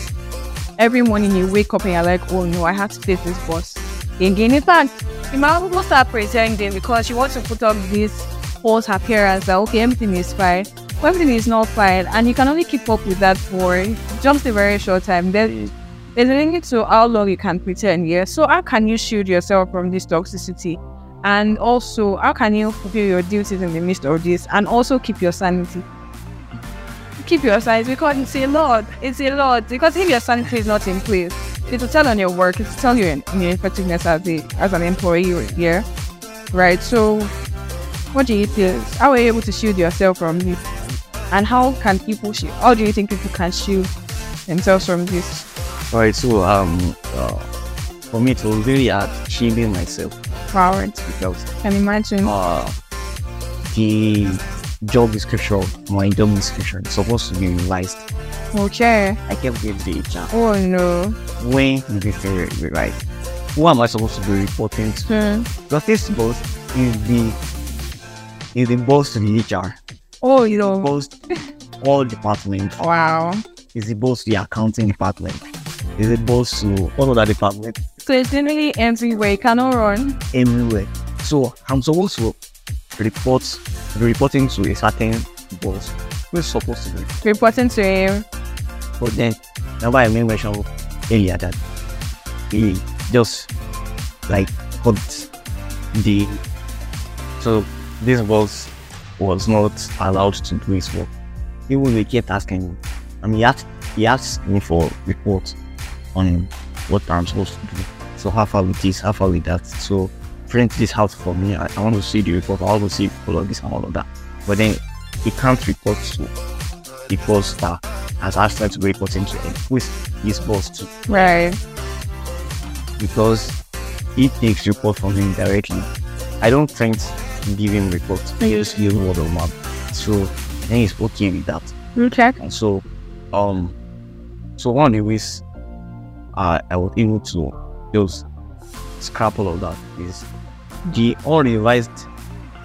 [SPEAKER 1] every morning you wake up and you're like, oh no, I have to face this boss. Again, in fact, you might people start pretending because you want to put up this false appearance that okay, everything is fine. But everything is not fine, and you can only keep up with that for just a very short time. Then There's a limit to how long you can pretend, yeah. So how can you shield yourself from this toxicity? And also, how can you fulfill your duties in the midst of this and also keep your sanity? Keep your sanity because it's a lot. It's a lot. Because if your sanity is not in place, it will tell on your work, it will tell you in, in your effectiveness as a as an employee, yeah. Right. So what do you think? How are you able to shield yourself from this? And how can people shield how do you think people can shield themselves from this?
[SPEAKER 2] All right, so um, uh, for me, it was really hard shielding myself
[SPEAKER 1] Current.
[SPEAKER 2] because
[SPEAKER 1] Can you imagine
[SPEAKER 2] uh, the job description, my job description, is supposed to be revised.
[SPEAKER 1] okay.
[SPEAKER 2] I kept getting the HR.
[SPEAKER 1] Oh no.
[SPEAKER 2] When is this thing re- revised? Who am I supposed to be reporting to?
[SPEAKER 1] Hmm.
[SPEAKER 2] Because this boss is the is the boss to the HR,
[SPEAKER 1] Oh no.
[SPEAKER 2] boss to [laughs] all departments,
[SPEAKER 1] Wow.
[SPEAKER 2] is the boss to the accounting department, is the boss to all other departments.
[SPEAKER 1] So it's generally everywhere. You cannot run.
[SPEAKER 2] everywhere. So I'm supposed to report be reporting to a certain boss. We're supposed to be.
[SPEAKER 1] Reporting to him.
[SPEAKER 2] But then remember I made mention earlier that he just like got the so this boss was not allowed to do his work. Even they kept asking me. I mean he asked he asked me for report on what I'm supposed to do. So how far with this, how far with that. So print this out for me. I, I want to see the report. I want to see all of this and all of that. But then he can't report to the boss that has asked them to be reporting to him with his boss too.
[SPEAKER 1] Right.
[SPEAKER 2] Because he takes report from him directly. I don't think to give him report. He just gives word of mouth. So I think he's okay with that.
[SPEAKER 1] Okay.
[SPEAKER 2] And so, um, so one of the ways I I was able to just scrap all of that is the all revised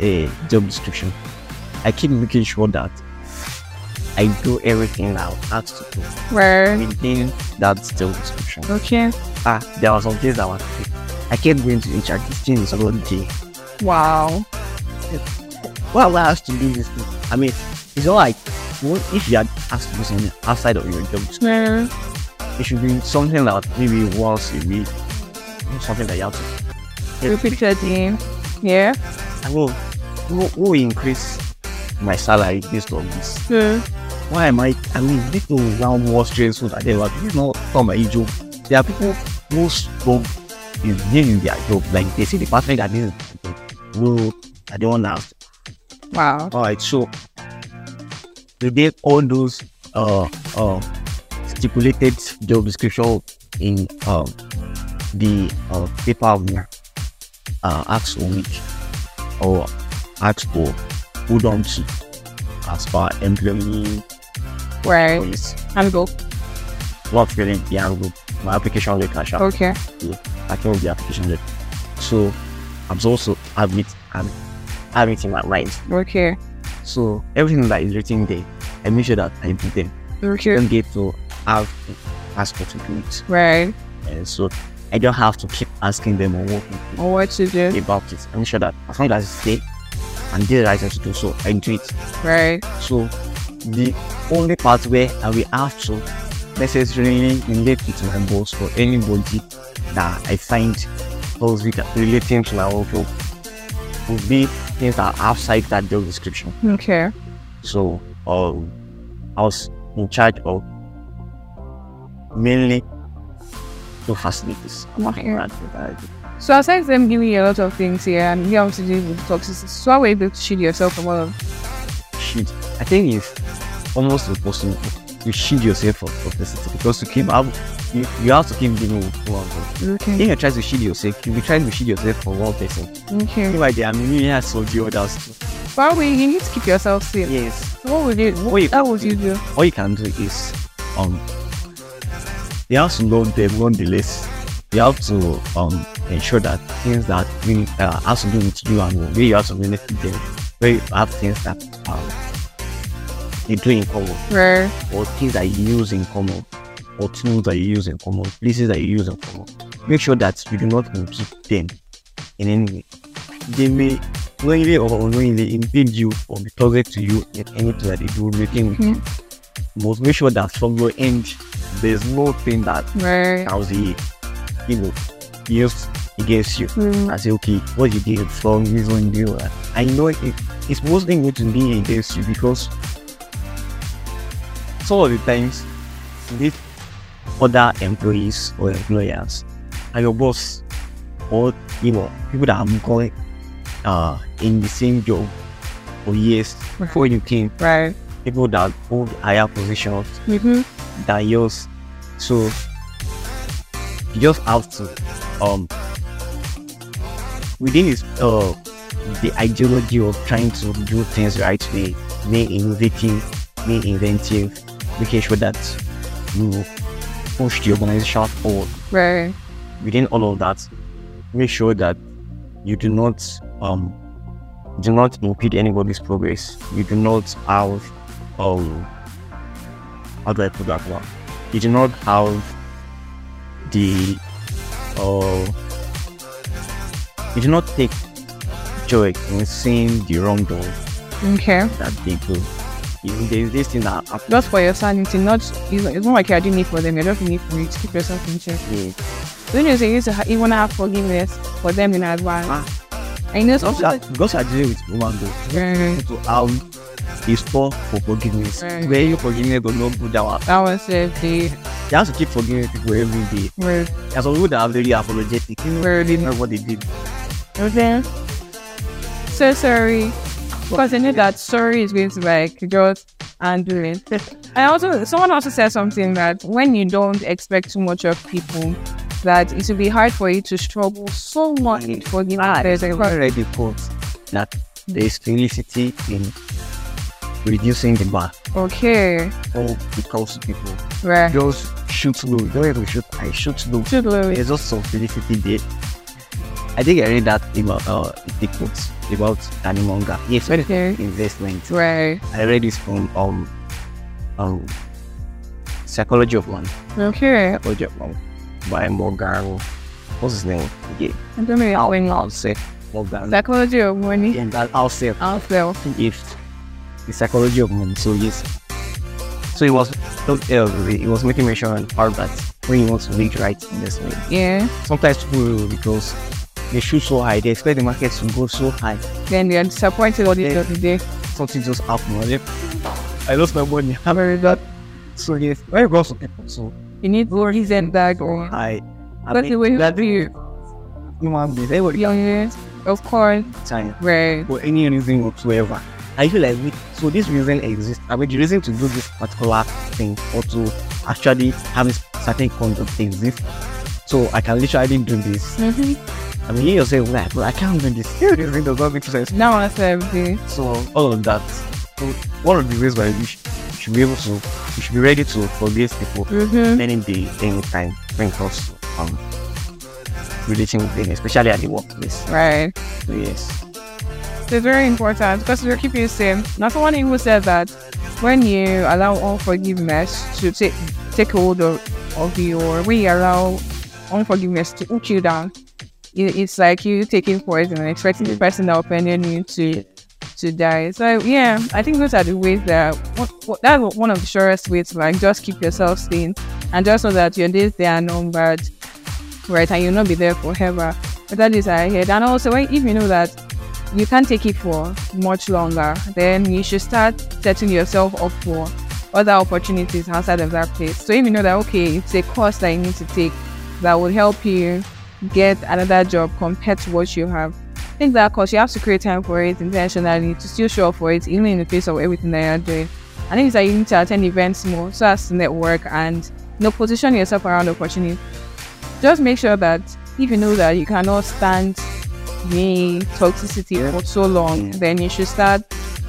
[SPEAKER 2] uh, job description. I keep making sure that I do everything I was asked to do
[SPEAKER 1] Right.
[SPEAKER 2] within that job description.
[SPEAKER 1] Okay.
[SPEAKER 2] Ah, there was some things that was I kept going to HR. This thing is all day.
[SPEAKER 1] Wow.
[SPEAKER 2] Why am I asked to do this? Thing? I mean, it's not like what if you had asked to do something outside of your job description.
[SPEAKER 1] Hmm.
[SPEAKER 2] it should be something that maybe once a week, something that you have to.
[SPEAKER 1] Repeat your name. Yeah.
[SPEAKER 2] I mean, who, who will increase my salary based on this?
[SPEAKER 1] Hmm.
[SPEAKER 2] Why am I? I mean, this is now more stressful than ever. This is not from my job. There are people whose job is doing their job. Like they see the person that is, well, I don't want to ask.
[SPEAKER 1] Wow.
[SPEAKER 2] All right, so we did all those uh, uh, stipulated job description in um, the uh, paper we uh, asked for which or asked for who don't see as per employee
[SPEAKER 1] Right.
[SPEAKER 2] E policy.
[SPEAKER 1] I'm go.
[SPEAKER 2] Not filling the angle. My application will cash out.
[SPEAKER 1] Okay.
[SPEAKER 2] I can the application rate. So I'm also have it and have it in my mind.
[SPEAKER 1] Okay.
[SPEAKER 2] So everything that is written there, I make sure that I put them.
[SPEAKER 1] Okay.
[SPEAKER 2] don't get to have to ask for to do it.
[SPEAKER 1] Right.
[SPEAKER 2] And so I don't have to keep asking them or working
[SPEAKER 1] Or what to do.
[SPEAKER 2] about it. I'm sure that as long as it's there and they right to do so, I do it.
[SPEAKER 1] Right.
[SPEAKER 2] So the only part where I will have to necessarily relate with my boss or anybody that I find toxic relating to my own job would be things that are outside that job description.
[SPEAKER 1] Okay.
[SPEAKER 2] So um, I was in charge of mainly two facilities.
[SPEAKER 1] Okay. So aside them giving you a lot of things here and you have to deal with toxicity, so how were you able to shield yourself from all of
[SPEAKER 2] Shit. I think it's almost impossible to shield yourself from toxicity because you keep up, you, you have to keep dealing with one person.
[SPEAKER 1] Okay.
[SPEAKER 2] If you try to shield yourself, you'll be trying to shield yourself from one person.
[SPEAKER 1] Okay.
[SPEAKER 2] Meanwhile, there are millions of the others.
[SPEAKER 1] But we you need to keep yourself safe.
[SPEAKER 2] Yes.
[SPEAKER 1] So what would you what,
[SPEAKER 2] Wait.
[SPEAKER 1] how would you do?
[SPEAKER 2] All you can do is um you have to know them on the list. You have to um ensure that things that we uh, have to do with you and where you have to relate to them, where you have things that um you do in common
[SPEAKER 1] Right.
[SPEAKER 2] or things that you use in common or tools that you use in common, places that you use in common. Make sure that you do not compete them in any way. They may knowingly or unknowingly impede you or be closer to you in anything that they do relating with you. Must make sure that from your end There's no thing that
[SPEAKER 1] Right.
[SPEAKER 2] Kelsey, you know, used against you.
[SPEAKER 1] Mm.
[SPEAKER 2] I say, okay, what you did is wrong, this one deal. I know it, it's mostly going to be against you because some of the times with other employees or employers and your boss or you know people that have been uh in the same job for years before you came,
[SPEAKER 1] Right.
[SPEAKER 2] people that hold higher positions
[SPEAKER 1] Mm-hmm.
[SPEAKER 2] than yours. So you just have to um within his uh the ideology of trying to do things right way, being innovative, being inventive, making sure that you push the organization forward.
[SPEAKER 1] Right.
[SPEAKER 2] Within all of that, make sure that you do not um do not impede anybody's progress. You do not have um how do I put that one? You do not have the uh you do not take joy in seeing the wrongdoing
[SPEAKER 1] Okay.
[SPEAKER 2] that they do. You know, there is this thing that happens
[SPEAKER 1] Just for your sanity, not it's it's not like you're doing it for them, you're just doing it for you to keep yourself in check.
[SPEAKER 2] with
[SPEAKER 1] When you say you to ha- you wanna have forgiveness for them in advance.
[SPEAKER 2] Ah.
[SPEAKER 1] I know
[SPEAKER 2] because
[SPEAKER 1] something.
[SPEAKER 2] you are- because you are dealing with woman though.
[SPEAKER 1] Right.
[SPEAKER 2] To have a store for forgiveness.
[SPEAKER 1] Right.
[SPEAKER 2] Where you forgiveness but not put that one.
[SPEAKER 1] That was it. They
[SPEAKER 2] You have to keep forgiving people every day.
[SPEAKER 1] were
[SPEAKER 2] There's some people that are very apologetic. You know,
[SPEAKER 1] were
[SPEAKER 2] they know what they did.
[SPEAKER 1] Okay. So sorry. Because I knew that sorry is going to like just undo it. I also someone also said something that when you don't expect too much of people, that it will be hard for you to struggle so much
[SPEAKER 2] Mm.
[SPEAKER 1] in forgiving
[SPEAKER 2] Ah,
[SPEAKER 1] others.
[SPEAKER 2] I already put that there is felicity in reducing the bar.
[SPEAKER 1] Okay.
[SPEAKER 2] Oh, because people
[SPEAKER 1] Right.
[SPEAKER 2] just shoot low. Don't have to shoot. I shoot low.
[SPEAKER 1] Too glorious.
[SPEAKER 2] There's also Felicity Day. I think I read that about uh, the quotes about Animonga. Yes, when it
[SPEAKER 1] Okay.
[SPEAKER 2] investment.
[SPEAKER 1] Right.
[SPEAKER 2] I read this from um um psychology of one,
[SPEAKER 1] Okay.
[SPEAKER 2] psychology of one by Morgaro. What's his name? Yeah,
[SPEAKER 1] I don't know going
[SPEAKER 2] I'll
[SPEAKER 1] out.
[SPEAKER 2] say Morgaro.
[SPEAKER 1] Psychology of money.
[SPEAKER 2] And that I'll say
[SPEAKER 1] Out there.
[SPEAKER 2] if the psychology of money. So yes. So it was it was making mention on part that when you want to make right investment.
[SPEAKER 1] Yeah.
[SPEAKER 2] sometimes people will because they shoot so high, they expect the market to go so high.
[SPEAKER 1] Then they are disappointed all the
[SPEAKER 2] Yeah.
[SPEAKER 1] other day.
[SPEAKER 2] Something just happened. Like, I lost my money. I'm very bad. [laughs] So yes, when it comes to people so
[SPEAKER 1] You need glories and that or
[SPEAKER 2] high, I
[SPEAKER 1] that's uh, the way
[SPEAKER 2] that
[SPEAKER 1] you
[SPEAKER 2] human beings, everybody
[SPEAKER 1] young of course.
[SPEAKER 2] has time
[SPEAKER 1] Right.
[SPEAKER 2] for any reason whatsoever. I feel like we, so this reason exists. I mean, the reason to do this particular thing or to actually have this certain conduct exists. So I can literally do this.
[SPEAKER 1] Mm-hmm.
[SPEAKER 2] I mean, you yourself, like, but I can't do this. [laughs] This reason does not make sense.
[SPEAKER 1] Now I say everything.
[SPEAKER 2] So all of that. So one of the ways why you sh- you should be able to, you should be ready to forgive people
[SPEAKER 1] Mm-hmm.
[SPEAKER 2] any day, any time when it comes to um relating with them, especially at the workplace.
[SPEAKER 1] Right.
[SPEAKER 2] So yes,
[SPEAKER 1] So it's very important because you're keeping it safe. Now someone who said that when you allow unforgiveness to take take hold of, of you or when you allow unforgiveness to put you down, it, it's like you taking poison and expecting the person that offended you to to die. So yeah, I think those are the ways that what, what, that's one of the surest ways to like just keep yourself sane and just know that your days they are numbered, right? And you'll not be there forever. But that is ahead. And also, when, if you know that you can't take it for much longer, then you should start setting yourself up for other opportunities outside of that place. So if you know that okay, it's a course that you need to take that will help you get another job compared to what you have. Take that course. You have to create time for it intentionally to still show up for it, even in the face of everything that you're doing. And it's that you need to attend events more so as to network and you know, position yourself around opportunities. Just make sure that if you know that you cannot stand the toxicity
[SPEAKER 2] Yeah.
[SPEAKER 1] for so long,
[SPEAKER 2] Yeah.
[SPEAKER 1] then you should start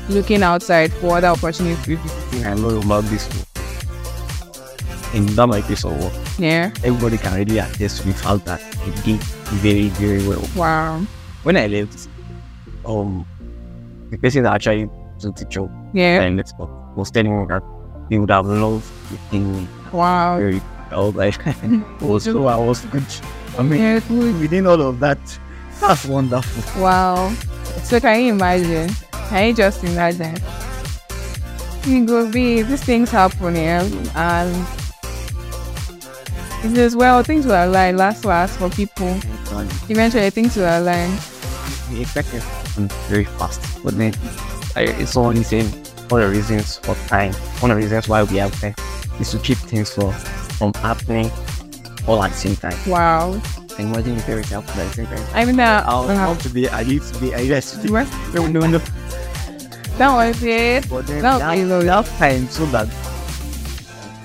[SPEAKER 1] looking outside for other opportunities.
[SPEAKER 2] thing I know about this work. In that my case of work,
[SPEAKER 1] Yeah.
[SPEAKER 2] everybody can really attest without that. I did very, very well.
[SPEAKER 1] Wow.
[SPEAKER 2] When I left, um, the person that actually took the job
[SPEAKER 1] Yeah.
[SPEAKER 2] and let's was telling me that they would have loved meeting me.
[SPEAKER 1] Wow.
[SPEAKER 2] very I was like [laughs] also I was good. I mean
[SPEAKER 1] Yeah, good.
[SPEAKER 2] within all of that, that's wonderful.
[SPEAKER 1] Wow. So can you imagine? Can you just imagine? You go be these things happen here and It says, well, things will align, last last for people. Eventually, things will align.
[SPEAKER 2] We expect it to happen very fast, but then I, it's all the same. One of the reasons for time, one of the reasons why we have time is to keep things for, from happening all at the same time.
[SPEAKER 1] Wow.
[SPEAKER 2] And imagine if everything happened at the same time.
[SPEAKER 1] I mean, uh,
[SPEAKER 2] I'll
[SPEAKER 1] uh,
[SPEAKER 2] want to be, I need to be, I need to
[SPEAKER 1] what?
[SPEAKER 2] No, no, no.
[SPEAKER 1] that was it.
[SPEAKER 2] But then
[SPEAKER 1] No,
[SPEAKER 2] that,
[SPEAKER 1] I know.
[SPEAKER 2] that time so that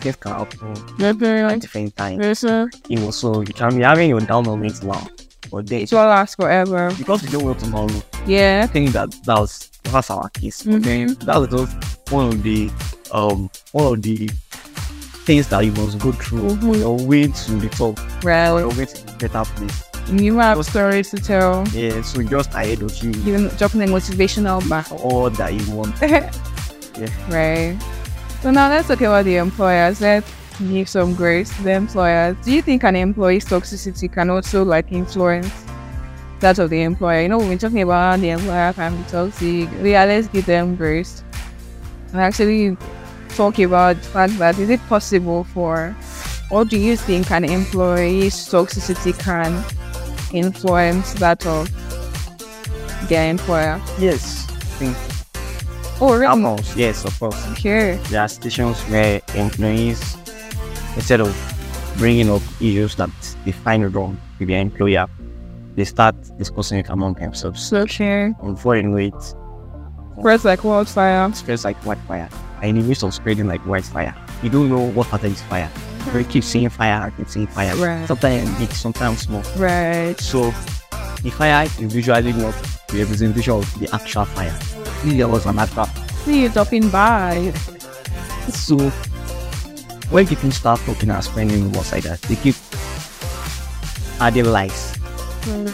[SPEAKER 2] things can happen
[SPEAKER 1] Not very
[SPEAKER 2] at
[SPEAKER 1] much.
[SPEAKER 2] different time.
[SPEAKER 1] Yes, sir.
[SPEAKER 2] You know, so you can be having your down moments now, but then
[SPEAKER 1] It will last forever.
[SPEAKER 2] because you don't want to know
[SPEAKER 1] Yeah.
[SPEAKER 2] I think that that was that's our case. But then that was just one of the um one of the things that you must go through
[SPEAKER 1] Mhm.
[SPEAKER 2] your way to the top, your
[SPEAKER 1] Well,
[SPEAKER 2] way to a better place.
[SPEAKER 1] you have stories to tell.
[SPEAKER 2] Yeah, so just ahead of you
[SPEAKER 1] Even dropping a motivational back.
[SPEAKER 2] all that you want.
[SPEAKER 1] Right. So now let's talk about the employers. Let's give some grace to the employers. Do you think an employee's toxicity can also like influence that of the employer? You know, we've been talking about how the employer can be toxic. Yeah, let's give them grace. And actually talk about the fact that is it possible for or do you think an employee's toxicity can influence that of their employer?
[SPEAKER 2] Yes. I think
[SPEAKER 1] Oh
[SPEAKER 2] Of
[SPEAKER 1] really?
[SPEAKER 2] course, yes, of course.
[SPEAKER 1] Sure.
[SPEAKER 2] There are stations where employees instead of bringing up issues that they find wrong with their employer, they start discussing it among themselves.
[SPEAKER 1] So sure.
[SPEAKER 2] Unfortunately, it's
[SPEAKER 1] Spreads like wildfire.
[SPEAKER 2] spreads like wildfire. And in the midst of spreading like wildfire, you don't know what pattern is fire. You keep seeing fire, I keep seeing fire.
[SPEAKER 1] Right.
[SPEAKER 2] Sometimes big, sometimes small.
[SPEAKER 1] Right.
[SPEAKER 2] So the fire is usually not the representation of the actual fire. If there was an actual
[SPEAKER 1] See you dropping by.
[SPEAKER 2] So when people start talking and spending words like that, they keep adding lies.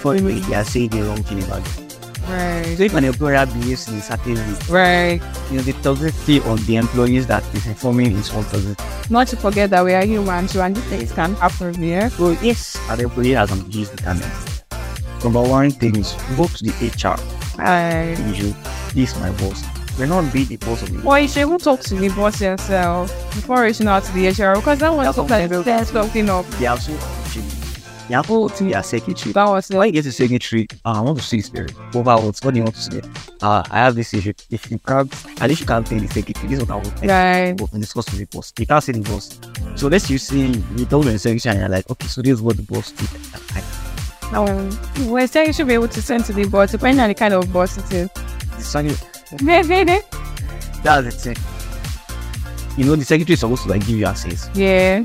[SPEAKER 2] For me, they are saying the wrong thing about it. So
[SPEAKER 1] Right.
[SPEAKER 2] if an employer believes in a certain way,
[SPEAKER 1] Right.
[SPEAKER 2] you know, the toxicity on the employees that is informing is one toxic.
[SPEAKER 1] Not to forget that we are human too, and these things can happen here.
[SPEAKER 2] So yes, an employee has an issue with talent. Number one thing is go to the HR.
[SPEAKER 1] Uh,
[SPEAKER 2] Issue. This is my boss. May not be the boss of me.
[SPEAKER 1] well, you should even talk to the boss yourself before reaching out to the HR because that was
[SPEAKER 2] That's
[SPEAKER 1] something
[SPEAKER 2] okay.
[SPEAKER 1] that's something up.
[SPEAKER 2] They have so they have all to their secretary.
[SPEAKER 1] That was
[SPEAKER 2] When
[SPEAKER 1] like,
[SPEAKER 2] you get to secretary, uh, I want to see his spirit. Over what what do you want to say? Uh, I have this issue. If you can't at least you can't tell the secretary, this is what I want
[SPEAKER 1] right.
[SPEAKER 2] and discuss with the boss. You can't say the boss. So let's you see you told the secretary and you're like, okay, so this is what the boss did. I-
[SPEAKER 1] Um, well, so you should be able to send to the boss, depending on the kind of boss it is. [laughs]
[SPEAKER 2] I- so anyway,
[SPEAKER 1] Maybe,
[SPEAKER 2] That's the thing. You know, the secretary is supposed to like give you access.
[SPEAKER 1] yeah.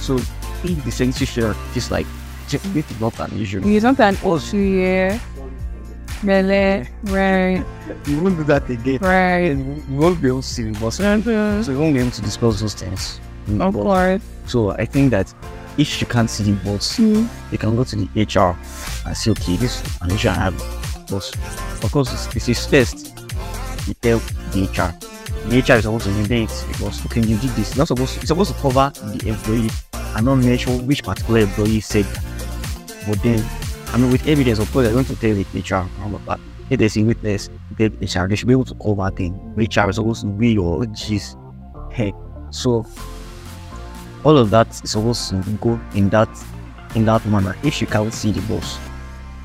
[SPEAKER 2] So if the secretary should just like, check, this is not an issue.
[SPEAKER 1] You don't an issue, yeah. Really? Right.
[SPEAKER 2] You won't do that again. [laughs]
[SPEAKER 1] Right.
[SPEAKER 2] And you won't be able to see the boss. So
[SPEAKER 1] Of
[SPEAKER 2] you won't be able to discuss those things. with the boss.
[SPEAKER 1] course.
[SPEAKER 2] So I think that if you can't see the boss,
[SPEAKER 1] Hmm.
[SPEAKER 2] you can go to the HR and say, okay, this is an issue I have. Boss, of course, this- this is first. You tell the HR. The HR is supposed to relate because okay, you did this. Not supposed. It's supposed to cover the employee and not mention which particular employee said. that. But then, I mean, with evidence, of course, I want to tell the HR. But if they see witness, tell HR. They should be able to cover things. HR is supposed to be your G's head. So all of that is supposed to go in that in that manner if you can't see the boss.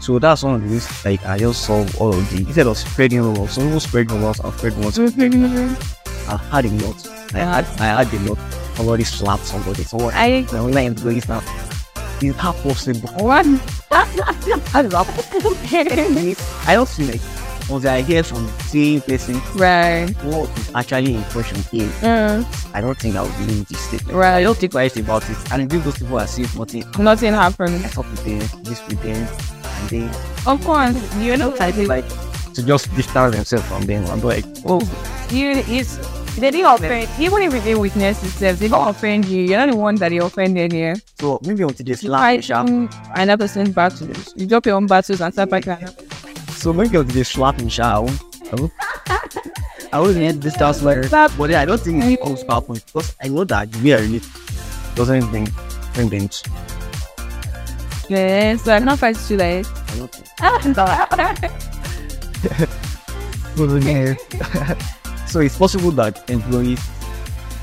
[SPEAKER 2] So that's one of the ways like I just solve all of the instead of spreading rumors, some people spread rumors and spread rumors.
[SPEAKER 1] Mm-hmm.
[SPEAKER 2] I had a lot. I had I had a lot. Somebody slapped somebody. Someone
[SPEAKER 1] I
[SPEAKER 2] [laughs] the online employees now. Is that possible?
[SPEAKER 1] one
[SPEAKER 2] How is that possible? I don't see like once I hear from the same person
[SPEAKER 1] [laughs] right.
[SPEAKER 2] what is actually in question here,
[SPEAKER 1] Uh,
[SPEAKER 2] I don't think I would believe this statement. I
[SPEAKER 1] right.
[SPEAKER 2] don't think twice about it. And if those people are saying nothing,
[SPEAKER 1] Nothing happened.
[SPEAKER 2] I talk with them, this with them, and then
[SPEAKER 1] Of course, you know,
[SPEAKER 2] I think like to just distance themselves from them. I'm like, oh,
[SPEAKER 1] you is they didn't offend. Even if they witness themselves, they don't offend you. You're not the one that they offended here.
[SPEAKER 2] so maybe until this
[SPEAKER 1] Fight um,
[SPEAKER 2] last sharp.
[SPEAKER 1] another person's battles. You drop your own battles and start back. at-
[SPEAKER 2] So maybe until this slap in shower. I wouldn't need this dance later.
[SPEAKER 1] Slap.
[SPEAKER 2] But yeah, I don't think it comes PowerPoint because I know that we are really doesn't bring bring bench.
[SPEAKER 1] Yeah, so I'm not fighting too late.
[SPEAKER 2] I don't think.
[SPEAKER 1] right.
[SPEAKER 2] [laughs] so it's possible that employees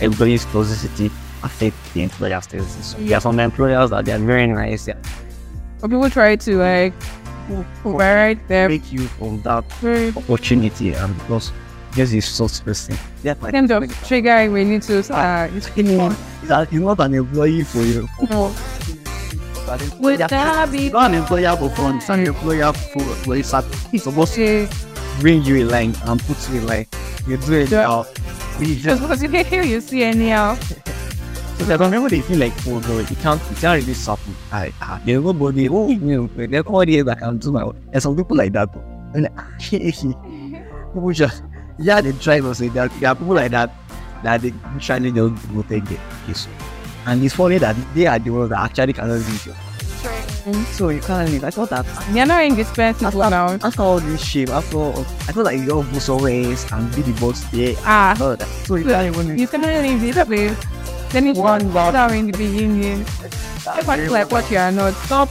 [SPEAKER 2] employees toxicity affect the employer's status. There are some employers that they are very nice. They
[SPEAKER 1] But people try to like override them.
[SPEAKER 2] make you from that
[SPEAKER 1] Very
[SPEAKER 2] opportunity and because this is such person. Yeah, like,
[SPEAKER 1] kind of trigger we need to uh, it's
[SPEAKER 2] He's a- he's not an employee for you.
[SPEAKER 1] no.
[SPEAKER 2] Would
[SPEAKER 1] Would that be
[SPEAKER 2] not an employer for fun? It's not an employer for employee status. It's supposed to
[SPEAKER 1] Yeah.
[SPEAKER 2] bring you in line and put you in line. You do it
[SPEAKER 1] Yeah.
[SPEAKER 2] now. We just
[SPEAKER 1] Just because you hear you see uh, anyhow.
[SPEAKER 2] So that whenever they feel like, oh no, you can't, you can't really stop me. I, I, there's nobody, oh, you know, there's nobody else I can do my own. There's some people like that. And like, people just, yeah, they try to say that. There are people like that, that they usually don't go take the case. And it's funny that they are the ones that actually cannot leave you. So you can't leave. I thought that
[SPEAKER 1] You're not indispensable now.
[SPEAKER 2] after all this shit, after all, I thought like you all go somewhere else and be the boss there. I
[SPEAKER 1] Ah,
[SPEAKER 2] thought that. So you can't even leave.
[SPEAKER 1] you cannot leave this place. Then it's
[SPEAKER 2] One
[SPEAKER 1] one
[SPEAKER 2] bar.
[SPEAKER 1] down in the beginning. Everyone's like what you are not. Stop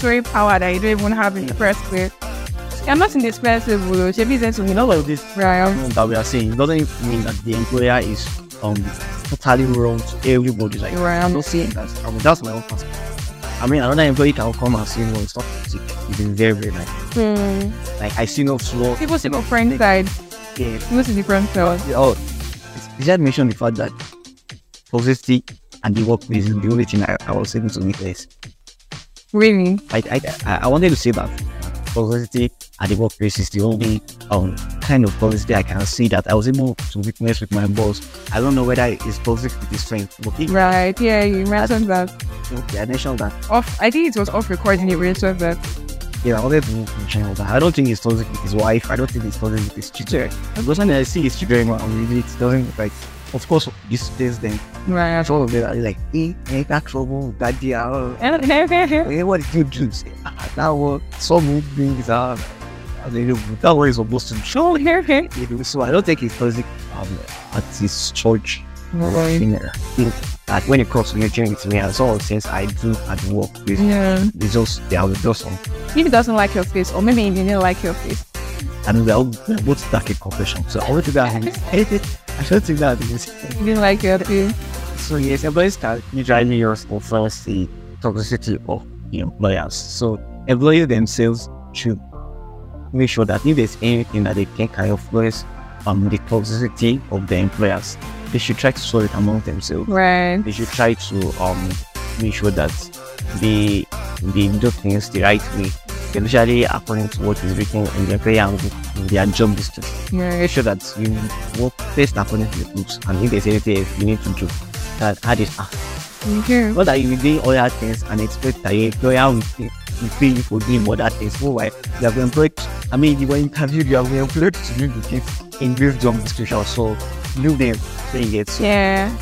[SPEAKER 1] showing power that you don't even have in the first place. You're not indispensable. though. Shebi said to me,
[SPEAKER 2] You know, like this.
[SPEAKER 1] Brian.
[SPEAKER 2] um, that we are saying it doesn't mean that the employer is um totally wrong to everybody. Like
[SPEAKER 1] Right.
[SPEAKER 2] I'm not saying that. I mean, that's my own perspective. I mean, another employee can come and say, "No, it's not toxic." It's been very, very nice. Like I see no flaw.
[SPEAKER 1] People see different side.
[SPEAKER 2] Yeah.
[SPEAKER 1] People see different side.
[SPEAKER 2] Oh, did I mention the fact that toxicity and the workplace is the only thing I, I was able to make this.
[SPEAKER 1] Really.
[SPEAKER 2] I, I I I wanted to say that toxicity at the workplace is the only um kind of toxicity I can see that I was able to witness with my boss. I don't know whether it's toxic with his friend, but he
[SPEAKER 1] Right. Yeah, you mentioned that.
[SPEAKER 2] okay, I mentioned that
[SPEAKER 1] Off I think it was off recording it mentioned that.
[SPEAKER 2] yeah, I wanted to mention that. I don't think it's toxic with his wife. I don't think it's toxic with his children. Because when I see his children, I'm really it doesn't like. Of course, this stays them.
[SPEAKER 1] Right.
[SPEAKER 2] That's all of them. are Like, eh, eh, that trouble, daddy, ah,
[SPEAKER 1] [laughs]
[SPEAKER 2] Hey, what did you do? Say, ah, that was some things are. I mean, that was supposed to show you know, so I don't think it's toxic um, at his church.
[SPEAKER 1] Right.
[SPEAKER 2] You know, I think that when it comes to nurturing to me, as all since I do at work, it's,
[SPEAKER 1] Yeah.
[SPEAKER 2] it's just they are just some,
[SPEAKER 1] If he doesn't like your face, or maybe he didn't like your face.
[SPEAKER 2] and they're all they're both stuck in confession. So I want to that I don't think that is.
[SPEAKER 1] He didn't like your face.
[SPEAKER 2] So yes, employees can usually use influence the toxicity of the employers. So employees themselves should make sure that if there's anything that they think can influence um, the toxicity of the employers, they should try to solve it among themselves.
[SPEAKER 1] Right.
[SPEAKER 2] They should try to um, make sure that they they do things the right way, especially according to what is written in their prayer and in their job description
[SPEAKER 1] Yeah.
[SPEAKER 2] make sure that you work based upon the books and if there's anything else you need to do that add it up.
[SPEAKER 1] Okay.
[SPEAKER 2] Not that you will doing all other things and expect that your employer will pay, will pay you for doing other things. Oh, why? You have been employed. I mean, you were interviewed, you have been employed to do the things in this job description. So, leave them saying it. So,
[SPEAKER 1] Yeah.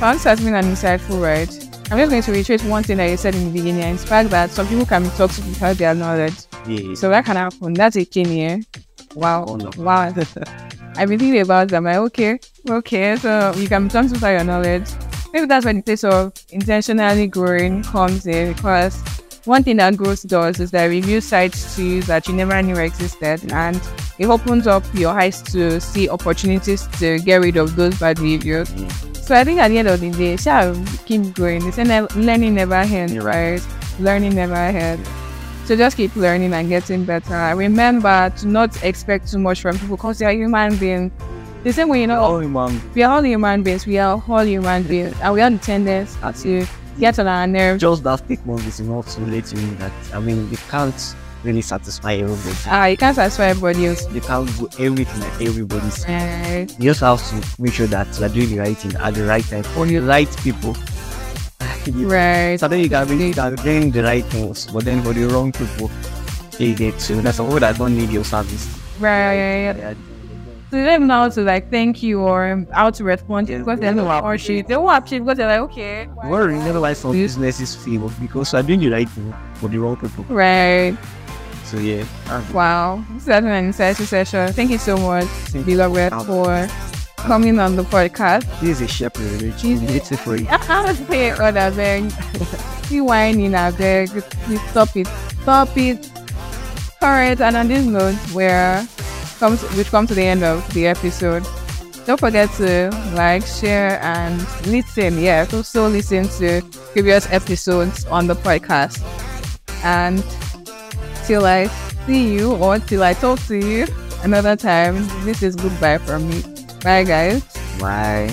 [SPEAKER 1] Bounce has been an insightful ride. I'm just going to reiterate one thing that you said in the beginning, and it's the fact that some people can be toxic without their knowledge.
[SPEAKER 2] yeah.
[SPEAKER 1] So that can happen. That's a thing, yeah. Wow.
[SPEAKER 2] Oh, no.
[SPEAKER 1] Wow. [laughs] I've been thinking about that. I'm like, okay, okay. So you can be toxic without your knowledge. Maybe that's when the place of intentionally growing comes in because one thing that growth does is that it reveals sides to you that you never knew existed and it opens up your eyes to see opportunities to get rid of those bad behaviors. So I think at the end of the day, shall keep growing. It's ne- learning never ends,
[SPEAKER 2] You're right.
[SPEAKER 1] right? Learning never ends. So just keep learning and getting better. Remember to not expect too much from people because they are human beings. The same way, you know,
[SPEAKER 2] Oh, man.
[SPEAKER 1] we are all human beings. We are all human beings, and we all intended to get on our nerves.
[SPEAKER 2] Just that statement is not so late to me that, I mean, you can't really satisfy everybody.
[SPEAKER 1] Ah, you can't satisfy everybody else.
[SPEAKER 2] You can't do everything that everybody says.
[SPEAKER 1] Right.
[SPEAKER 2] You just have to make sure that you're doing the right thing at the right time for the right people. Right.
[SPEAKER 1] Right.
[SPEAKER 2] Sometimes you can be you can be doing the right things, but then for the wrong people, they get to. That's all that don't need your service.
[SPEAKER 1] Right.
[SPEAKER 2] Yeah.
[SPEAKER 1] So they don't know how to like thank you or um, how to respond to it because they don't know how to appreciate. They won't appreciate because they're like, okay.
[SPEAKER 2] You want to remember why some businesses fail because you're doing the right thing for the wrong people.
[SPEAKER 1] Right.
[SPEAKER 2] So yeah, um,
[SPEAKER 1] Wow. This has been an insightful session. Thank you so much,
[SPEAKER 2] Thank you.
[SPEAKER 1] beloved,
[SPEAKER 2] Um,
[SPEAKER 1] for coming on the podcast.
[SPEAKER 2] this is a shepherd. Which
[SPEAKER 1] Jesus.
[SPEAKER 2] it's a free.
[SPEAKER 1] [laughs] I have to pay it on a [laughs] beg. You whining a beg. Please stop it. Stop it. All right. And on this note, where comes which comes to the end of the episode. Don't forget to like, share, and listen. Yeah, also listen to previous episodes on the podcast. And till I see you or till I talk to you another time, this is goodbye from me. Bye, guys.
[SPEAKER 2] Bye.